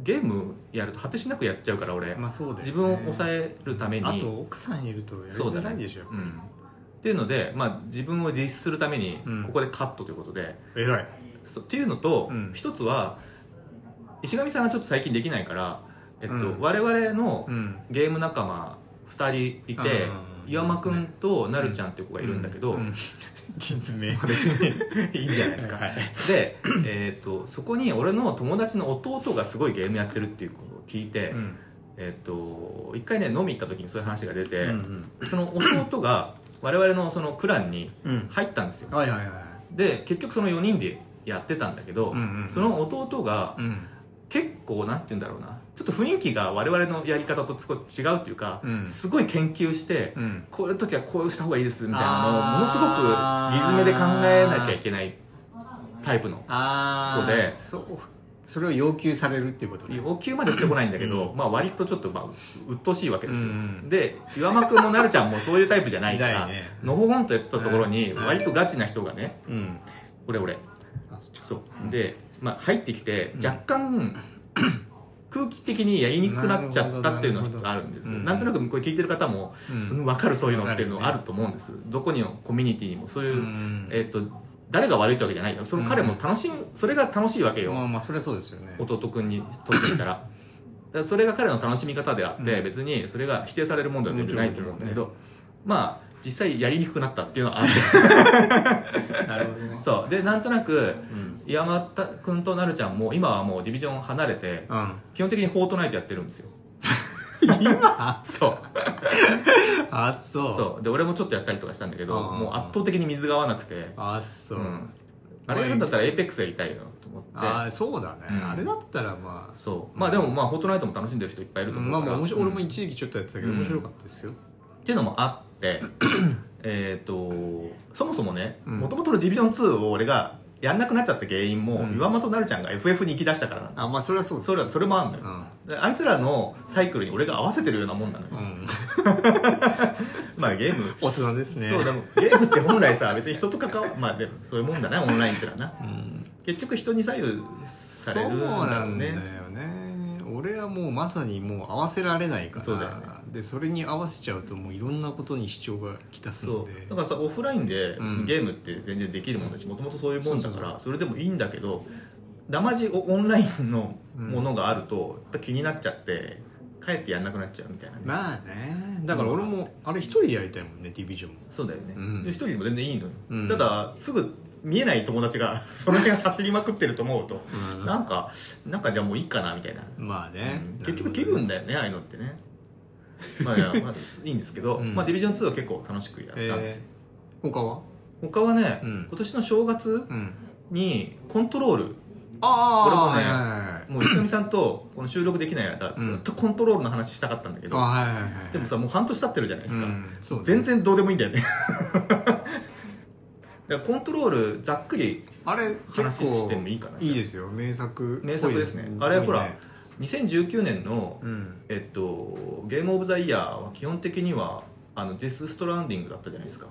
S1: ゲームやると果てしなくやっちゃうから俺、
S2: うんまあそうだよね
S1: 自分を抑えるために
S2: あと奥さんいるとやりづらいでしょ
S1: うん、っていうので、まあ、自分を律するために
S2: うん
S1: ここでカットということで、
S2: えらい
S1: そっていうのと、
S2: うん
S1: 一つは石上さんがちょっと最近できないから、えっと
S2: うん
S1: 我々の
S2: うん
S1: ゲーム仲間2人いて、
S2: うん
S1: 岩間くんとなるちゃんっていう子がいるんだけど、
S2: う実名
S1: 別にいいんじゃないですか。
S2: はい
S1: で、えっとそこに俺の友達の弟がすごいゲームやってるっていうことを聞いて、
S2: うん
S1: えっと一回ね飲み行った時にそういう話が出て、
S2: うん
S1: その弟が我々のそのクランに
S2: うん
S1: 入ったんですよ
S2: はいはいはい
S1: で結局その4人でやってたんだけど、
S2: うんうん
S1: その弟が
S2: うん
S1: 結構なんて言うんだろうなちょっと雰囲気が我々のやり方と少し違うっていうか、
S2: うん
S1: すごい研究して、
S2: うん
S1: こういう時はこうした方がいいですみたいなのをものすご
S2: あー
S1: くリズムで考えなきゃいけないタイプの
S2: ああ
S1: ここで
S2: そうそれを要求されるっていうことね
S1: 要求までしてこないんだけど、
S2: う
S1: まあ割とちょっとまあ鬱陶しいわけですよ、
S2: うんうん
S1: で岩間君もなるちゃんもそういうタイプじゃないか
S2: な
S1: ら
S2: いね
S1: のほほんとやってたところに
S2: うん
S1: 割とガチな人がね
S2: うん
S1: 俺俺
S2: あそっちか
S1: そう、
S2: うん
S1: で、まあ、入ってきて
S2: うん
S1: 若干、 空気的にやりにくくなっちゃったっていうのが
S2: なるほど
S1: 一つあるんですよ
S2: うん
S1: なんとなくこれ聞いてる方も、
S2: う
S1: うん、
S2: ん
S1: 分かるそういうのっていうの
S2: わか
S1: あ
S2: るね
S1: ると思うんです、どこにのコミュニティにもそういう、
S2: うん
S1: えっと誰が悪いってわけじゃないよその彼も楽しい、それが楽しいわけよ、
S2: まあまあそれはそうですよね
S1: 弟くんにとって みたらだからそれが彼の楽しみ方であって、
S2: うん
S1: 別にそれが否定されるもんでは全然ないと思うんだけど、
S2: も
S1: まあ実際やりにくくなったっていうのはあっ
S2: なるほどね
S1: てそうでなんとなく
S2: うん
S1: 山田君となるちゃんも今はもうディビジョン離れて基本的にフォートナイトやってるんですよ今そう
S2: あそう
S1: そうで俺もちょっとやったりとかしたんだけど
S2: あー
S1: もう圧倒的に水が合わなくて
S2: あそう
S1: うんあれやるんだったらエイペックスやりたいよなと思
S2: あ
S1: って
S2: あそうだね、
S1: うん
S2: あれだったらまあ
S1: そうまあでもまあフォートナイトも楽しんでる人いっぱいいると思う
S2: まあ
S1: から
S2: まあ面白い俺も
S1: うん
S2: 一時期ちょっとやってたけど、
S1: うん
S2: 面白かったですよ
S1: っていうのもあって えっとそもそもね
S2: うん
S1: もともとのディビジョン2を俺がやんなくなっちゃった原因も、
S2: うん
S1: 岩間となるちゃんが FF に行き出したからなんだ
S2: あまあそれはそうです
S1: それはそれもあんのよ、
S2: うん
S1: であいつらのサイクルに俺が合わせてるようなもんなのよ、
S2: うん、
S1: まあゲーム
S2: 大人ですね
S1: そうでもゲームって本来さ別に人と関わまあでもそういうもんだなオンラインってのはな
S2: うん
S1: 結局人に左右さ
S2: そう
S1: れるんだ
S2: な
S1: ろうん
S2: だよ
S1: ね
S2: ね俺はもうまさにもう合わせられないから
S1: そうだよね
S2: でそれに合わせちゃうともういろんなことに主張がきたす
S1: そ
S2: の
S1: う
S2: で
S1: だからさオフラインで
S2: うん
S1: 別にゲームって全然できるもんだしもともとそういうもんだか
S2: そうそうそ
S1: らそれでもいいんだけどだまじオンラインのものがあるとやっぱ気になっちゃって帰ってやんなくなっちゃうみたいなね
S2: まあねだから俺もあれ一人でやりたいもんねディビジョンも
S1: そうだよね
S2: うん
S1: で一人でも全然いいのよ
S2: うん
S1: ただすぐ見えない友達が その辺走りまくってると思うと
S2: うん
S1: なんかなんかじゃあもういいかなみたいな
S2: まあね、
S1: うん結局気分だよねああいうのってねまあいや、まあ、いいんですけど、
S2: うん
S1: まあ、ディビジョン2は結構楽しくやったん
S2: え
S1: です
S2: ー
S1: よ、
S2: 他は
S1: 他はね、
S2: うん
S1: 今年の正月
S2: うん
S1: にコントロール
S2: ああ
S1: 俺もね
S2: はいはいはい
S1: もう石上さんとこの収録できない間
S2: うん
S1: ずっとコントロールの話したかったんだけど、
S2: あはいはいはい
S1: でもさもう半年経ってるじゃないですか、
S2: うんそうね
S1: 全然どうでもいいんだよね だからコントロールざっくり
S2: あれ
S1: 話しても
S2: い
S1: いいかない
S2: いですよ名作
S1: 名作ですねあれほら2019年の、
S2: うん
S1: えっと、ゲームオブザイヤーは基本的にはあのデスストランディングだったじゃないですか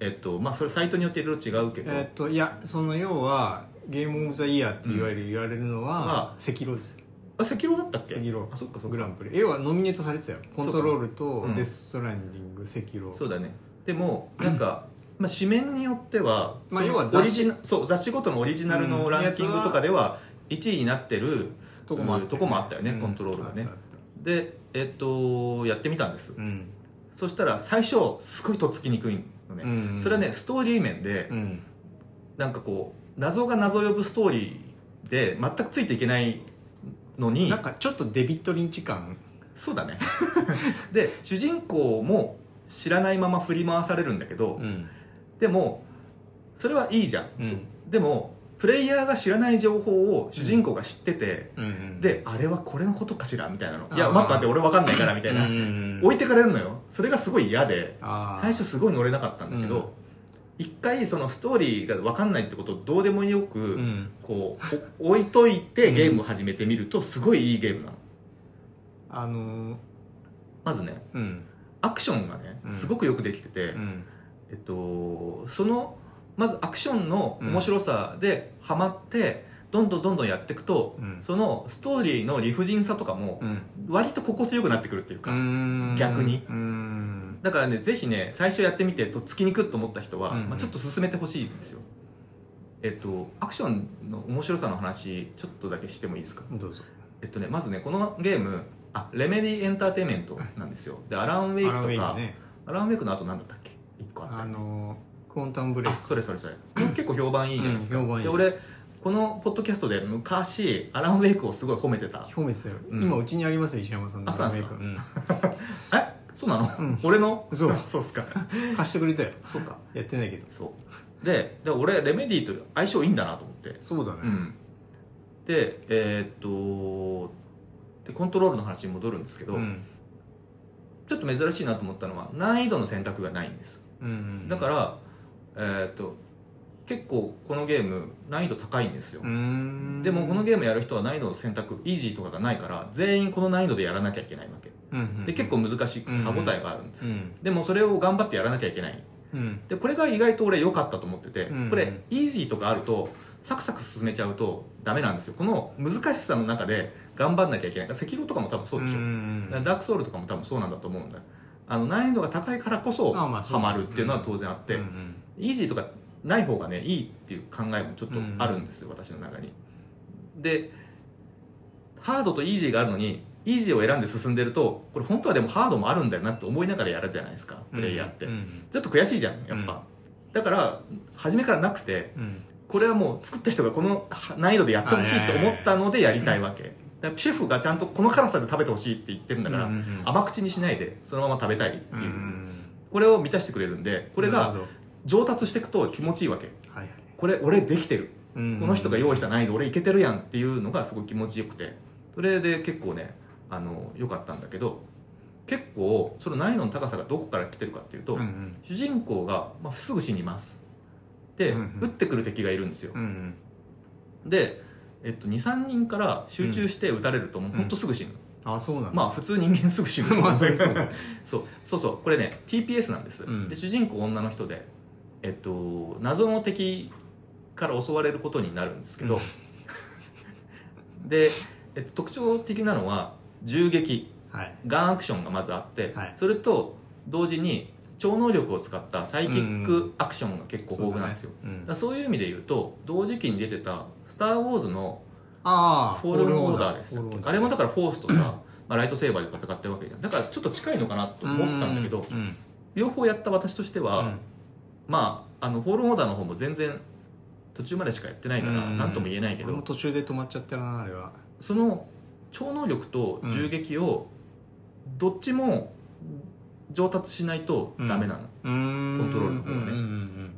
S1: えっとまあそれサイトによっていろいろ違うけど、
S2: えっといやその要はゲームオブザイヤーっていわゆる言われるの
S1: うん
S2: は
S1: は
S2: 赤色です
S1: あ赤狼だったっけ
S2: 赤狼
S1: あそっかそっ
S2: グラ
S1: か
S2: ンプリ要はノミネートされてたよコントロールと
S1: うん
S2: デス・ストランディング赤色
S1: そうだねでもなん か、まあ、紙面によっては、
S2: まあ
S1: その
S2: 要は
S1: オ
S2: 雑
S1: リ
S2: 誌
S1: ジナそう雑誌ごとのオリジナル
S2: う
S1: の
S2: ん
S1: ランキングとかでは1位になってる、
S2: とこもあったよね
S1: とこもあったよね
S2: うん
S1: コントロールがね
S2: あったあっ
S1: でえっとやってみたんです、
S2: たうん
S1: そしたら最初すごいとっつきにくいのね、
S2: うん
S1: それはねストーリー面で、
S2: うん
S1: なんかこう謎が謎を呼ぶストーリーで全くついていけないのに
S2: なんかちょっとデビッド・リンチ感
S1: そうだねで主人公も知らないまま振り回されるんだけど、
S2: うん
S1: でもそれはいいじゃん、
S2: うん
S1: そでもプレイヤーが知らない情報を主人公が知ってて、
S2: うん
S1: であれはこれのことかしらみたいなの
S2: あー
S1: いや待って待って俺わかんないからみたいな、置いてかれるのよそれがすごい嫌で最
S2: 最
S1: 初すごい乗れなかったんだけ
S2: うん
S1: ど一、回そのストーリーがわかんないってことをどうでもよく、
S2: うん
S1: こうお置いといて
S2: うん
S1: ゲームを始めてみるとすごいいいゲームなの
S2: あのー
S1: まずね
S2: うん
S1: アクションがね
S2: うん
S1: すごくよくできてて、
S2: うん
S1: えっと、そのまずアクションの面白さでハマって、どんどんどんどんやっていくと、
S2: うん
S1: そのストーリーの理不尽さとかも
S2: うん
S1: 割と心地よくなってくるっていうか、逆
S2: 逆
S1: に
S2: うん
S1: だからねぜひね最初やってみてとっつきにくいと思った人は、
S2: うん
S1: まあ、ちょっと進めてほしいんですよえっとアクションの面白さの話ちょっとだけしてもいいですか
S2: どうぞ
S1: えっとねまずねこのゲームあレメディエンターテインメントなんですよでアラン・ウェイクとかアラン・ウェイ
S2: アランウェイ
S1: ク,、
S2: クね
S1: の後なんだったっけ一個あった
S2: あ
S1: よね
S2: のクォンタムブレイ
S1: あそれそれそれ結構評判いいじゃないですか、
S2: うん評判いい
S1: で俺このポッドキャストで昔アラン・ウェイクをすごい褒めてた
S2: ク表面ですよ
S1: うん
S2: 今うちにありますよ石山さんの
S1: あそうなんですか
S2: クォンタム
S1: えそうなの、
S2: うん
S1: 俺の
S2: そう
S1: そうっすか
S2: ブレイク貸してくれたよ
S1: そうか
S2: やってないけど
S1: そうでで俺レメディーと相性いいんだなと思って
S2: そうだね
S1: うんでえーっとでコントロールの話に戻るんですけど、
S2: うん
S1: ちょっと珍しいなと思ったのは難易度の選択がないんです
S2: うん
S1: だから、えーっと結構このゲーム難易度高いんですよ、
S2: うーん
S1: でもこのゲームやる人は難易度の選択イージーとかがないから全員この難易度でやらなきゃいけないわけ
S2: うん
S1: で結構難しくて
S2: うん
S1: 歯応えがあるんです、
S2: うん
S1: でもそれを頑張ってやらなきゃいけない
S2: うん
S1: でこれが意外と俺良かったと思ってて、
S2: うん
S1: これイージーとかあるとサクサク進めちゃうとダメなんですよこの難しさの中で頑張んなきゃいけないだから赤狼とかも多分そうでしょ、
S2: ん
S1: だからダークソウルとかも多分そうなんだと思うんだあの難易度が高いからこそ
S2: あまあそう
S1: ハマるっていうのは当然あって、
S2: うんうん
S1: イージーとかない方がねいいっていう考えもちょっとあるんですよ、私の中にでハードとイージーがあるのにイージーを選んで進んでるとこれ本当はでもハードもあるんだよなって思いながらやるじゃないですかプレイヤーって、
S2: うん
S1: ちょっと悔しいじゃんやっぱ、だから初めからなくて
S2: うん
S1: これはもう作った人がこの難易度でやってほしいと思ったのでやりたいわけだからシェフがちゃんとこの辛さで食べてほしいって言ってるんだから、
S2: うんうんうん
S1: 甘口にしないでそのまま食べたいって
S2: うんう
S1: いう、
S2: ん
S1: これを満たしてくれるんでこれ
S2: な
S1: が
S2: るほど
S1: 上達していくと気持ちいいわけ
S2: はいはい
S1: これ俺できてる
S2: うん
S1: この人が用意した難易度俺いけてるやんっていうのがすごい気持ちよくてそれで結構ねあの良かったんだけど結構その難易度の高さがどこから来てるかっていうと、
S2: うんうん
S1: 主人公が、まあ、すぐ死にますで、
S2: うんうん
S1: 撃ってくる敵がいるんですよ
S2: う、ん
S1: で、えっと、23人から集中して撃たれるともうほんとすぐ死ぬ、
S2: うんあそうなんだ
S1: まあ普通人間すぐ死ぬと思
S2: ま
S1: う
S2: あ
S1: ん
S2: そ
S1: だ
S2: う
S1: け
S2: そ
S1: ど
S2: うそ
S1: そうそ
S2: う
S1: うそうこれね TPS なんです、
S2: うん
S1: で主人公女の人で、えっと、謎の敵から襲われることになるんですけど、 で、えっと、特徴的なのは銃撃
S2: はい
S1: ガンアクションがまずあって、
S2: はい
S1: それと同時に超能力を使ったサイキッ
S2: う
S1: クアクションが結構豊富なんですよ、
S2: そうだね
S1: だ
S2: うん
S1: からそういう意味で言うと同時期に出てた「スター・ウォーズ」の
S2: ああ
S1: フォールンオーダーです
S2: フォルンオーダー
S1: あれもだからフォースとさ、まあ、ライトセーバーで戦ってるわけじゃんだからちょっと近いのかなと思ったんだけど、
S2: うんうん
S1: 両方やった私としては、まああのフォールンオーダーの方も全然途中までしかやってないから
S2: うん
S1: 何とも言えないけ
S2: 俺も
S1: ど
S2: 途中で止まっちゃったなあれは
S1: その超能力と銃撃をどっちも上達しないとダメなの、っ
S2: コン
S1: コントロールの方がね
S2: うん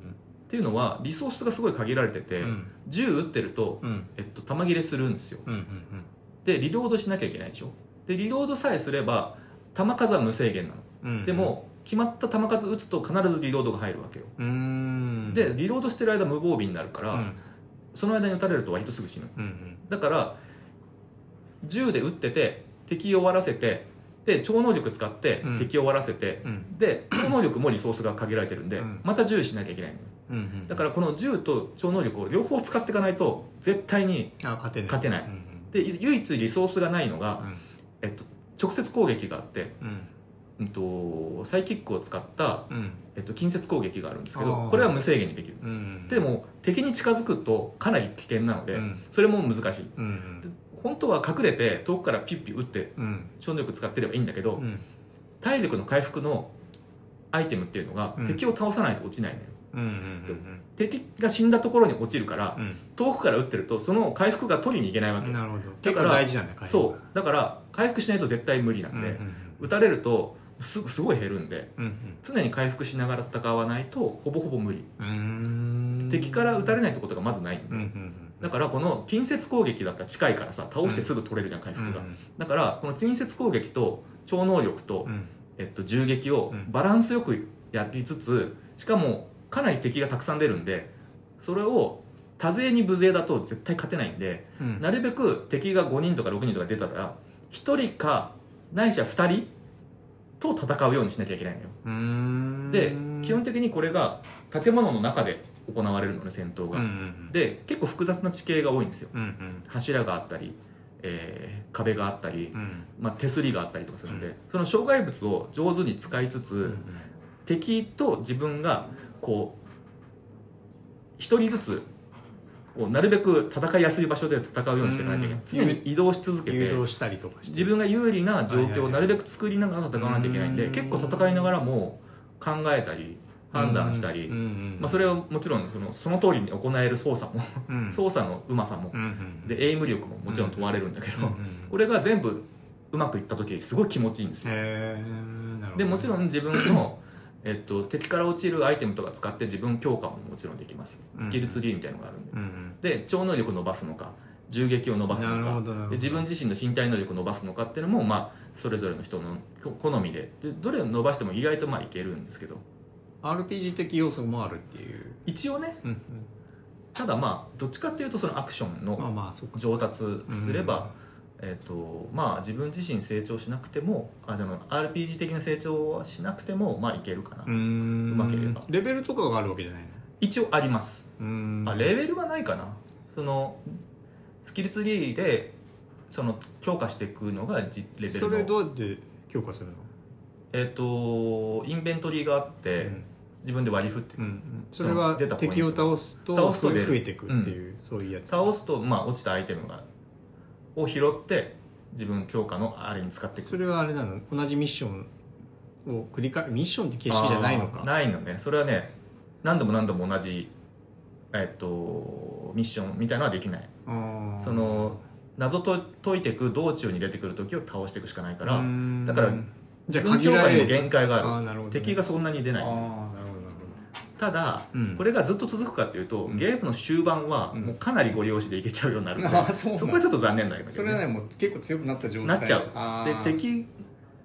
S1: ていうのはリソースがすごい限られてて、
S2: うんうん
S1: 銃撃ってると、
S2: うん
S1: えっと、弾切れするんですよ
S2: うんうん
S1: でリロードしなきゃいけないでしょでリロードさえすれば弾数は無制限なの
S2: うんうん
S1: でも決まった弾数撃つと必ずリロードが入るわけよ
S2: うーん
S1: でリロードしてる間無防備になるから、
S2: うん
S1: その間に撃たれると割とすぐ死ぬ
S2: うん
S1: だから銃で撃ってて敵を終わらせてで超能力使って
S2: うん
S1: 敵を終わらせて、
S2: うんうん
S1: で超能力もリソースが限られてるんで、
S2: うん
S1: また銃しなきゃいけないのよ
S2: うんうん
S1: だからこの銃と超能力を両方使っていかないと絶対に
S2: あ勝てない
S1: 勝てない
S2: うん
S1: で唯一リソースがないのが、
S2: うん
S1: えっと、直接攻撃があって、
S2: うん
S1: うん、とサイキックを使った、
S2: うん
S1: えっと、近接攻撃があるんですけ
S2: あ
S1: ど
S2: ー
S1: これは無制限にできる
S2: うんうん
S1: でも敵に近づくとかなり危険なので、
S2: うん
S1: それも難しい
S2: うん
S1: で本当は隠れて遠くからピュッピュ打って
S2: うんうん
S1: 超能力使ってればいいんだけど、
S2: うん
S1: 体力の回復のアイテムっていうのが
S2: うん
S1: 敵を倒さないと落ちないのよ、
S2: うんうん
S1: 敵が死んだところに落ちるから、
S2: うん
S1: 遠くから打ってるとその回復が取りに行けないわ
S2: う
S1: け、
S2: んなるほど
S1: だ
S2: 結
S1: か
S2: 構
S1: ら
S2: 大事なんだ回
S1: そ
S2: 復
S1: うだから回復しないと絶対無理なんで、
S2: うん
S1: 打たれるとすすごい減るんで
S2: うんうん
S1: 常に回復しながら戦わないとほぼほぼ無理、
S2: うんうーん
S1: 敵から打たれないってことがまずないんで、
S2: うんうんうん
S1: だからこの近接攻撃だったら近いからさ倒してすぐ取れるじゃん回
S2: うん
S1: 復が、だからこの近接攻撃と超能力と、
S2: うん
S1: えっと、銃撃を
S2: うん
S1: バランスよくやりつつしかもかなり敵がたくさん出るんでそれを多勢に無勢だと絶対勝てないんで
S2: うん
S1: なるべく敵が5人とか6人とか出たら1人かないしは2人と戦うようにしなきゃいけないのよ
S2: うーん
S1: で基本的にこれが建物の中で行われるのね戦闘
S2: うんう
S1: が、
S2: ん
S1: で結構複雑な地形が多いんですよ
S2: うんうん
S1: 柱があったり、えー壁があったり
S2: う、ん
S1: まあ、手すりがあったりとかするんで、
S2: うん
S1: その障害物を上手に使いつつ、
S2: うん
S1: 敵と自分がこう一人ずつこうなるべく戦いやすい場所で戦うようにしていかなきゃいけない
S2: うん
S1: 常に移動し続けて
S2: 誘導したりとかして
S1: 自分が有利な状
S2: はいはい
S1: 況
S2: は
S1: を
S2: い
S1: なるべく作りながら戦わなきゃいけないんで
S2: うん
S1: 結構戦いながらも考えたり判断したり、まあ、それ
S2: を
S1: はもちろんそのその通りに行える操作も、操作のうまさも、でエイム力ももちろん問われるんだけど、これが全部うまくいった時すごい気持ちいいんですよ
S2: へ
S1: でもちろ
S2: ん
S1: ん自分の、 えっと、敵から落ちるアイテムとか使って自分強化ももちろんできます
S2: うん
S1: スキルツリーみたいなのがあるんで、
S2: うんうん
S1: で超能力を伸ばすのか銃撃を伸ばすの
S2: なる
S1: か
S2: ほどなるほど
S1: で自分自身の身体能力を伸ばすのかっていうのも、まあ、それぞれの人の好好みででどれを伸ばしても意外とまあいけるんですけど
S2: RPG 的要素もあるっていう
S1: 一応ね
S2: うんうん
S1: ただまあどっちかっていうとそのアクション
S2: まあ
S1: の
S2: まあそうか
S1: 上達すれば、えっとまあ、自分自身成長しなくてもあでも RPG 的な成長はしなくてもまあいけるかな、
S2: うんうん
S1: うまければ
S2: レベルとかがあるわけじゃないの
S1: 一応あります
S2: うん
S1: あレベルはないかなそのスキルツリーでその強化していくのがじレベ
S2: それ
S1: ルの
S2: どうやって強化するの
S1: えっ、とインベントリーがあって、
S2: うん
S1: 自分で割り振っていく、
S2: うんそれは
S1: 出たポイント
S2: 敵を倒すと
S1: 倒すと出る
S2: 増えていくっていうそういうやつ
S1: 倒すと、まあ、落ちたアイテムがを拾って自分強化のあれに使っていく
S2: それはあれなの同じミッションを繰り返ミッションって形式じゃないの
S1: あ
S2: か
S1: ーないのねそれはね何度も何度も同じえっ、とミッションみたいなのはできない
S2: あー
S1: その謎と解いていく道中に出てくる時を倒していくしかないから、
S2: うーん
S1: だから
S2: じゃあ
S1: 自分
S2: 限
S1: 強
S2: ら
S1: 化
S2: れ
S1: にも
S2: る
S1: 限界がある
S2: あーなるほどね
S1: 敵がそんなに出
S2: あ
S1: な
S2: ー
S1: い
S2: なるほどなるほど
S1: ただ、
S2: うん
S1: これがずっと続くかっていうと、
S2: うん
S1: ゲームの終盤は
S2: うん
S1: もうかなりご利用しでいけちゃうようになるので、
S2: ああそうなん
S1: そこはちょっと残念なんだけ
S2: そ
S1: ど、
S2: れはね
S1: ね、
S2: もう結構強くなった状態
S1: なっちゃう
S2: あ
S1: で
S2: ー
S1: 敵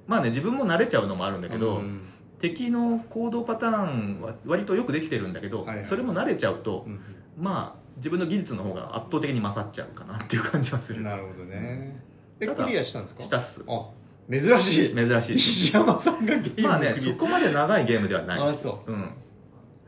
S1: まあね自分も慣れちゃうのもあるんだけど、
S2: うん
S1: 敵の行動パターンは割とよくできてるんだけど、
S2: はいはい
S1: それも慣れちゃうと
S2: う、ん
S1: まあ自分の技術の方が圧倒的に勝っちゃうかなっていう感じはする
S2: なるほどねえ
S1: ただ
S2: クリアしたんですか
S1: したっす
S2: あ珍しい
S1: 珍しい
S2: 石山さんがゲーム
S1: まあね
S2: クリ
S1: そこまで長いゲームではないです、
S2: あそう
S1: ん、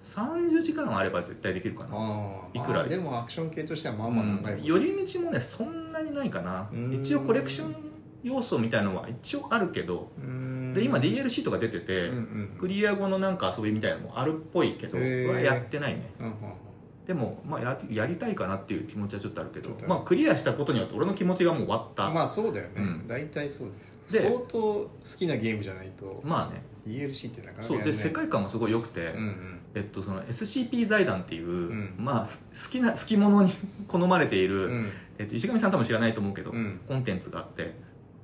S1: 30時間あれば絶対できるか
S2: ア
S1: な、
S2: あー
S1: いくら
S2: まあでもアクション系としてはまあまあ長い
S1: うん
S2: 方
S1: 寄り道もねそんなにないかな
S2: うん
S1: 一応コレクション要素みたいのは一応あるけど
S2: うん
S1: で今 DLC とか出てて、
S2: うんうん
S1: クリア後のなんか遊びみたいのもあるっぽいけど
S2: へー
S1: はやってないね
S2: うんうんうん
S1: でも、まあ、ややりたいかなっていう気持ちはちょっとあるけ
S2: ちょ
S1: ど
S2: っと、ね
S1: まあ、クリアしたことによって俺の気持ちがもう終わった
S2: まあそうだよ
S1: う
S2: ね
S1: ん
S2: 大体そうですよ
S1: で
S2: 相当好きなゲームじゃないと
S1: まあね
S2: DLC ってなかなか
S1: そう
S2: やんな
S1: で
S2: い
S1: 世界観もすごい良くて、
S2: うんうん
S1: えっと、その SCP 財団っていう、
S2: ん
S1: まあ、す好きな 好き者に好まれている、
S2: うん
S1: えっと、石上さん多分知らないと思うけど、
S2: うん
S1: コンテンツがあって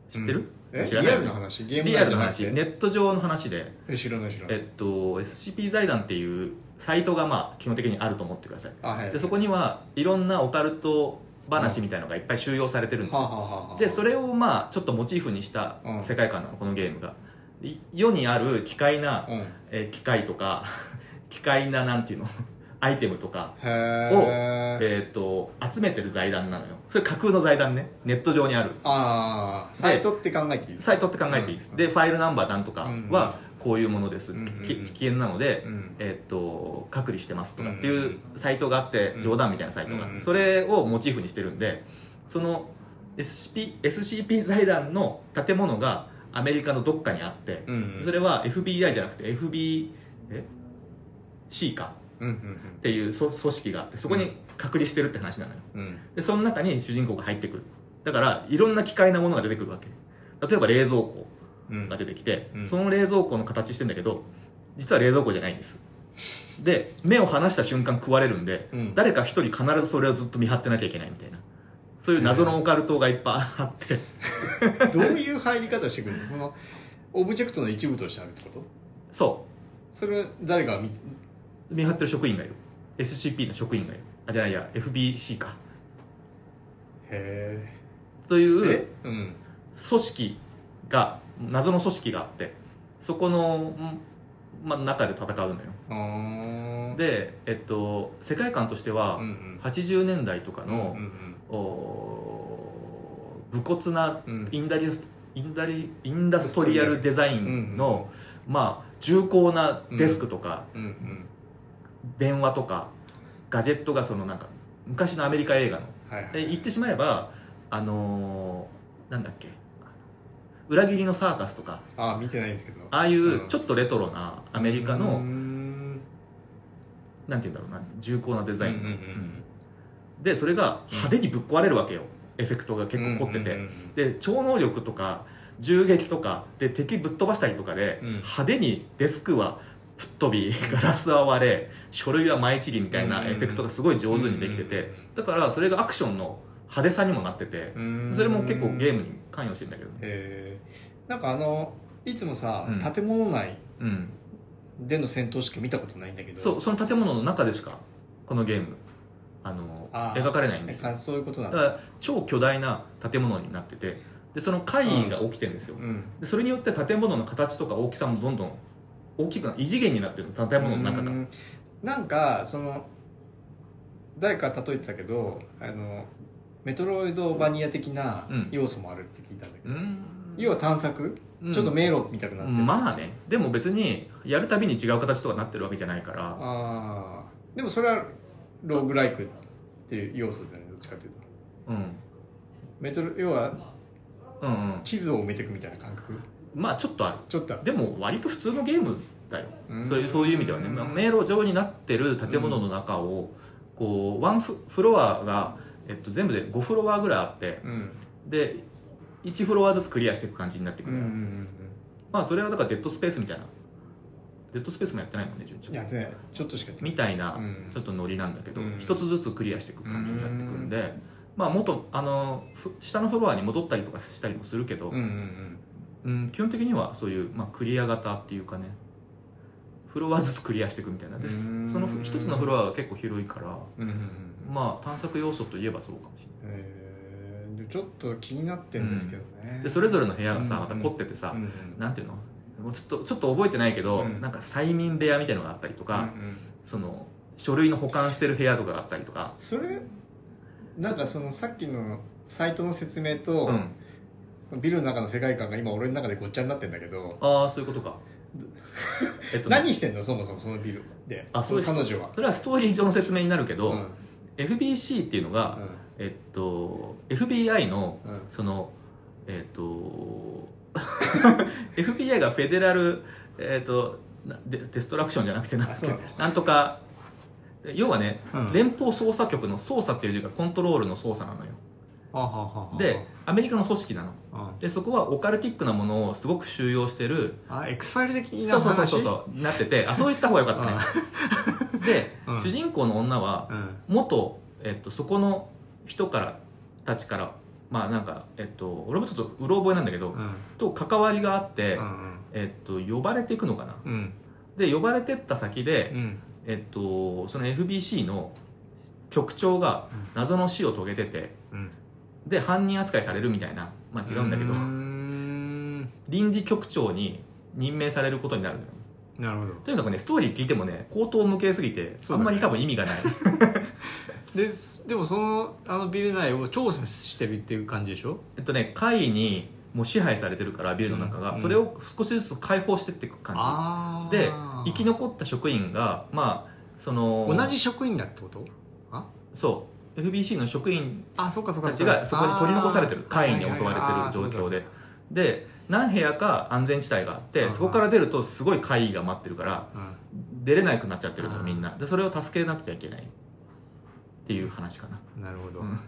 S1: 知ってる、
S2: え
S1: 知
S2: リ
S1: ら
S2: ア
S1: ないよね
S2: ルな話ゲーム
S1: リアルな話
S2: なんじ
S1: ネ
S2: ゃなく
S1: ット上の話で、
S2: てえ知らない知らない
S1: えっと、SCP 財団っていうサイトがまあ基本的にあると思ってください
S2: あはい
S1: でそこにはいろんなオカルト話みたいのがいっぱい収容されてるんです
S2: はあは
S1: よ
S2: あはあはあ
S1: でそれをまあちょっとモチーフにした
S2: うん
S1: 世界観なのこのゲームがい世にある奇怪な
S2: うんへ
S1: えー機械とか 機械ななんていうの アイテムとか、
S2: え
S1: えー、と集めてる財団なのよそれ架空の財団ねネット上にある
S2: ああサイトって考えていいです
S1: サイトって考えていいです、
S2: うん
S1: でファイルナンバーなんとかはこういうものです、
S2: うん
S1: き危険なので、
S2: うん
S1: えー、と隔離してますとかって
S2: うんう
S1: いうんサイトがあって
S2: うん
S1: 冗談みたいなサイトがあっ
S2: うんう
S1: て
S2: ん
S1: それをモチーフにしてるんでその SCP, SCP 財団の建物がアメリカのどっかにあって
S2: うんうん
S1: それは FBI じゃなくて FB え C か
S2: うん
S1: っていうそ組織があってそこに隔離してるって話なのよ
S2: うんうん
S1: でその中に主人公が入ってくるだからいろんな機械なものが出てくるわけ例えば冷蔵庫
S2: うん
S1: が出てきて、
S2: うん
S1: その冷蔵庫の形してんだけど実は冷蔵庫じゃないんですで目を離した瞬間食われるんで、
S2: うん
S1: 誰か一人必ずそれをずっと見張ってなきゃいけないみたいなそういう謎のオカルトがいっぱいあって、
S2: どういう入り方してくるのそのオブジェクトの一部としてあるってこと
S1: そ
S2: それ誰が見て
S1: う見張ってる職員がいる SCP の職員がいるあじゃないや FBC か
S2: へ
S1: とい
S2: え
S1: う
S2: えうん
S1: 組織が謎の組織があってそこの、んまあ、中で戦うのよ
S2: あー
S1: で、えっと、世界観として
S2: う
S1: は、
S2: んうん
S1: 80年代とか
S2: う
S1: の
S2: ん、うん
S1: おー武骨な
S2: うん
S1: インダリスインダリインダストリアルデザインの、まあ、重厚なデスクとか、
S2: うんうん
S1: 電話とかガジェットがそのなんか昔のアメリカ映画の
S2: はいはい
S1: で言ってしまえばあのーなんだっけ裏切りのサーカスとか
S2: あー見てないんですけど
S1: ああいううんちょっとレトロなアメリカの、
S2: うーん
S1: なんて言うんだろうな重厚なデザイン、
S2: うんうんうん
S1: うんでそれが派手にぶっ壊れるわけよ、エフェクトが結構凝ってて、
S2: うんうんうん
S1: で超能力とか銃撃とかで敵ぶっ飛ばしたりとかで、
S2: うん
S1: 派手にデスクは吹っ飛びガラスは割れ書類は舞い散りみたいなエフェクトがすごい上手にできてて、だからそれがアクションの派手さにもなってて
S2: う、ん
S1: それも結構ゲームに関与してんだけどね、
S2: えーなんかあのいつもさ、
S1: うん
S2: 建物内
S1: うん、
S2: での戦闘しか見たことないんだけど
S1: そうその建物の中でしかこのゲームあの
S2: あー
S1: 描かれないん
S2: な
S1: で
S2: ん
S1: すよ
S2: かそういうことな
S1: だ
S2: ん
S1: か
S2: だ
S1: ら超巨大な建物になっててでその会議が起きてるんですよ、
S2: うん
S1: でそれによって建物の形とか大きさもどんどん大きくな異次元になってるの建物の中が
S2: うんなんかその誰か例えてたけどあのメトロイドバニア的な
S1: うん
S2: 要素もあるって聞いたんだけ
S1: う
S2: ど、
S1: ん
S2: 要は探索、
S1: うん
S2: ちょっと迷路みたくなってる、
S1: まあねでも別にやるたびに違う形とかなってるわけじゃないから
S2: あーでもそれはローグライクっていう要素じゃないどっちかっていうと
S1: うん
S2: メトロ要は
S1: うんうん
S2: 地図を埋めていくみたいな感覚
S1: まあちょっとあ
S2: ちょっとあ
S1: る
S2: る
S1: でも割と普通のゲームだよ
S2: うん
S1: そういうそういう意味ではね、まあ、迷路上になってる建物の中をこうワンフフロアが、えっと、全部で5フロアぐらいあって
S2: うん
S1: で1フロアずつクリアしていく感じになってく
S2: うんう
S1: る、
S2: ん
S1: まあそれはだからデッドスペースみたいなデッドスペースもやってないもんね順
S2: う
S1: 調
S2: んいやねちょっとしかやってない
S1: みたいな
S2: うん
S1: ちょっとノリなんだけど
S2: うん
S1: 一、つずつクリアしていく感じになってくんで、まあ元あのふ下のフロアに戻ったりとかしたりもするけど、
S2: うんうんうん
S1: うん基本的にはそういう、まあ、クリア型っていうかねフロアずつクリアしていくみたいなで
S2: う
S1: そ
S2: ーん
S1: の一つのフロアが結構広いから
S2: うんうんうんうん
S1: まあ探索要素といえばそうかもしれ
S2: えーでちょっと気になってんですけどね、
S1: ないでそれぞれの部屋がさ
S2: うん
S1: また凝っててさ、
S2: うん
S1: なんていうのもうちょっとちょっと覚えてないけど、
S2: うん
S1: なんか催眠部屋みたいのがあったりとか、
S2: うんうん
S1: その書類の保管してる部屋とかがあったりとか、
S2: それなんかそのさっきのサイトの説明と、
S1: うん、
S2: そのビルの中の世界観が今俺の中でごっちゃになってんだけど、
S1: ああそういうこと かえっとね
S2: 何してんのそもそもそのビルで
S1: あそうです
S2: 彼女は
S1: それはストーリー上の説明になるけど、
S2: うん
S1: FBC っていうのが、えっと FBI の
S2: うんうん
S1: そのえっと FBI がフェデラル、えっとなデデストラクションじゃなくてなんだっけ
S2: あそうなの
S1: なんとか要はね、
S2: うん
S1: 連邦捜査局の捜査っていう字がコントロールの捜査なのよ
S2: はあはあはあはあ
S1: でアメリカの組織なの
S2: うん
S1: でそこはオカルティックなものをすごく収容してる
S2: あ X ファイル的な
S1: そうそ
S2: 話
S1: うそうそうそうなっててあそう言った方がよかったねで、
S2: うん
S1: 主人公の女は
S2: うんうん
S1: 元、えっと、そこの人からたちからまあなんか、えっと、俺もちょっとうろ覚えなんだけど、
S2: うん
S1: と関わりがあって、
S2: うん
S1: えっと、呼ばれていくのかな
S2: うん
S1: で呼ばれてった先で
S2: う、ん
S1: えっと、その FBC の局長が謎の死を遂げてて
S2: うん
S1: で犯人扱いされるみたいなまあ違うんだけど
S2: ーん
S1: 臨時局長に任命されることになるのよ
S2: なるほど
S1: とにかくねストーリー聞いてもね口頭無形すぎて、
S2: そ
S1: あ
S2: うんだね
S1: まり多分意味 がない
S2: ですでもそのあのビル内を調査してるっていう感じでしょ
S1: えっとね会にもう支配されてるからビルの中が、
S2: うん
S1: それを少しずつ解放してっていく感
S2: あ
S1: じ
S2: ー
S1: で生き残った職員がまあその
S2: 同じ職員だってこと
S1: そう FBC の職員
S2: あそうかそうか
S1: たちがそこに取り残されてる会員に襲われてる状況で
S2: で
S1: で何部屋か安全地帯があっ
S2: う
S1: て
S2: ん
S1: そこから出るとすごい会議が待ってるから出れなくなっちゃってるのよみんなでそれを助けなくちゃいけないっていう話かな、
S2: なるほど、
S1: うん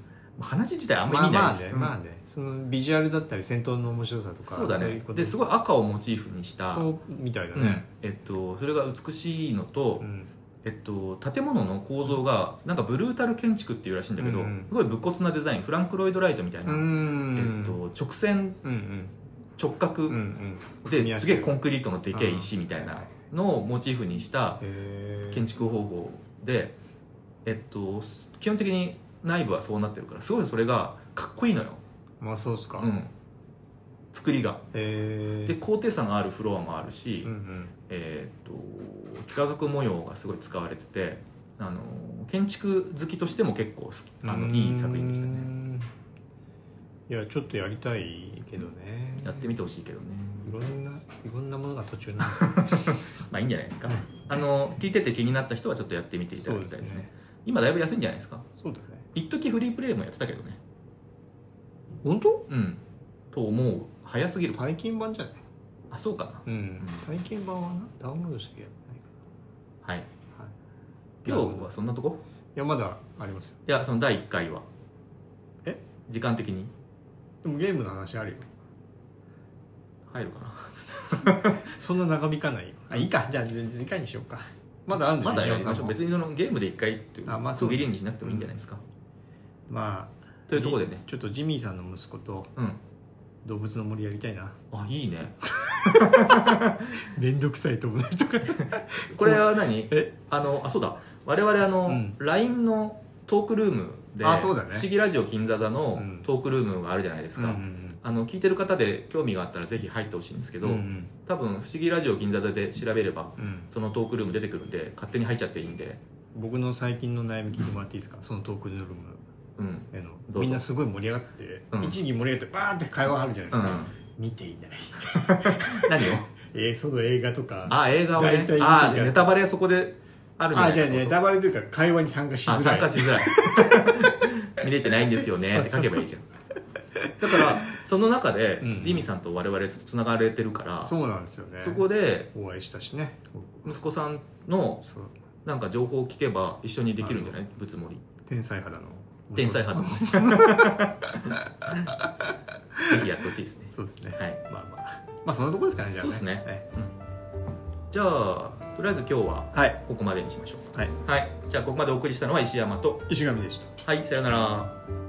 S1: 話自体あんま
S2: ま
S1: り
S2: あ
S1: 意味ないです、
S2: まあね、
S1: うん
S2: まあねそのビジュアルだったり戦闘の面白さとか
S1: そうだね
S2: いこと
S1: ですごい赤をモチーフにした
S2: そうみたいだ
S1: うん
S2: ね、
S1: えっと、それが美しいのと、
S2: うん
S1: えっと、建物の構造がなんかブルータル建築っていうらしいんだけど、
S2: うんうん
S1: すごい武骨なデザインフランク・ロイド・ライトみたいな、
S2: うん
S1: えっと、直線
S2: うんうん
S1: 直角、
S2: うんうん組み合
S1: で
S2: わせ
S1: すげえコンクリートのでけえ石みたいなのをモチーフにした
S2: へー
S1: 建築方法で、えっと、基本的に内部はそうなってるからすごいそれがかっこいいのよ、
S2: まあそうっすか、
S1: う
S2: へ
S1: ん、作りが。
S2: え
S1: で高低差があるフロアもあるし、
S2: うんうん
S1: えー、と幾何学模様がすごい使われててあの建築好きとしても結構好きあのいい作品でした
S2: う
S1: ね
S2: んいやちょっとやりたいけどね
S1: やってみてほしいけどね
S2: いろんないろんなものが途中になる
S1: まあいいんじゃないですかあの聞いてて気になった人はちょっとやってみていただきたいですね今だいぶ安いんじゃないですか
S2: そうだね
S1: 一時フリープレイもやってたけどね
S2: 本当
S1: うんと思う早すぎる
S2: 体験版じゃない
S1: あそうかな
S2: うん体験版はなダウンロードしてやってないか
S1: はい
S2: ら、はい、
S1: 今日はそんなとこ
S2: いやまだありますよ
S1: いやその第1回は
S2: え
S1: 時間的に
S2: でもゲームの話あるよ
S1: 入るかな
S2: そんな長引かないよあいいかじゃあ次回にしようかまだあるんでしょ
S1: まだやりましょう
S2: 皆さんも
S1: 別にそのゲームで1回っていう
S2: あまあそ
S1: 区
S2: うね
S1: 切りにしなくてもいいんじゃないですか
S2: まあ
S1: というところでね
S2: ちょっとジミーさんの息子と
S1: うん
S2: 動物の森やりたいな
S1: あいいね
S2: めんどくさい友達とか
S1: これは何
S2: え
S1: あのあそうだ我々あの、
S2: うん
S1: LINE のトークルームで
S2: あそうだね
S1: 不思議ラジオ金座座」の
S2: うん
S1: トークルームがあるじゃないですか、
S2: ん
S1: あの聞いてる方で興味があったらぜひ入ってほしいんですけど、
S2: うん
S1: 多分「不思議ラジオ金座座」で調べれば
S2: うん、
S1: そのトークルーム出てくるんで勝手に入っちゃっていいんで、
S2: 僕の最近の悩み聞いてもらっていいですかそのトークルーム
S1: うん
S2: へ
S1: ど
S2: の
S1: うぞ
S2: みんなすごい盛り上がって、
S1: うん
S2: 一時盛り上がってバーンって会話あるじゃないで
S1: う
S2: す
S1: ん
S2: か、、見ていない
S1: 何を
S2: えーその映画とか
S1: あ映画をね
S2: 大体
S1: あ
S2: 見てる
S1: ネタバレはそこであるん
S2: あ
S1: じ
S2: じ
S1: ゃ
S2: ゃあ
S1: ないか
S2: ねネタバレというか会話に参加し
S1: あ
S2: づら
S1: 参
S2: い
S1: 加しづらい見れてないん ですよねって書けばいいじゃんだからその中で、
S2: うん
S1: ジミーさんと我々ちょっとつながれてるからそ,、
S2: そうなんですよね
S1: こで
S2: お会いしたしね
S1: 息子さんの
S2: そう
S1: なんか情報を聞けば一緒にできるんじゃないぶつもり
S2: 天才肌の
S1: 天才派の ぜひやってほしいですね、
S2: そうですね
S1: はい
S2: まあまあまあそんなとこですかねじゃあ
S1: そ
S2: ね
S1: うですね
S2: ね
S1: じゃあとりあえず今日は
S2: はい
S1: ここまでにしましょう
S2: はい
S1: はいじゃあここまでお送りしたのは石山と
S2: 石上でした
S1: はいさようなら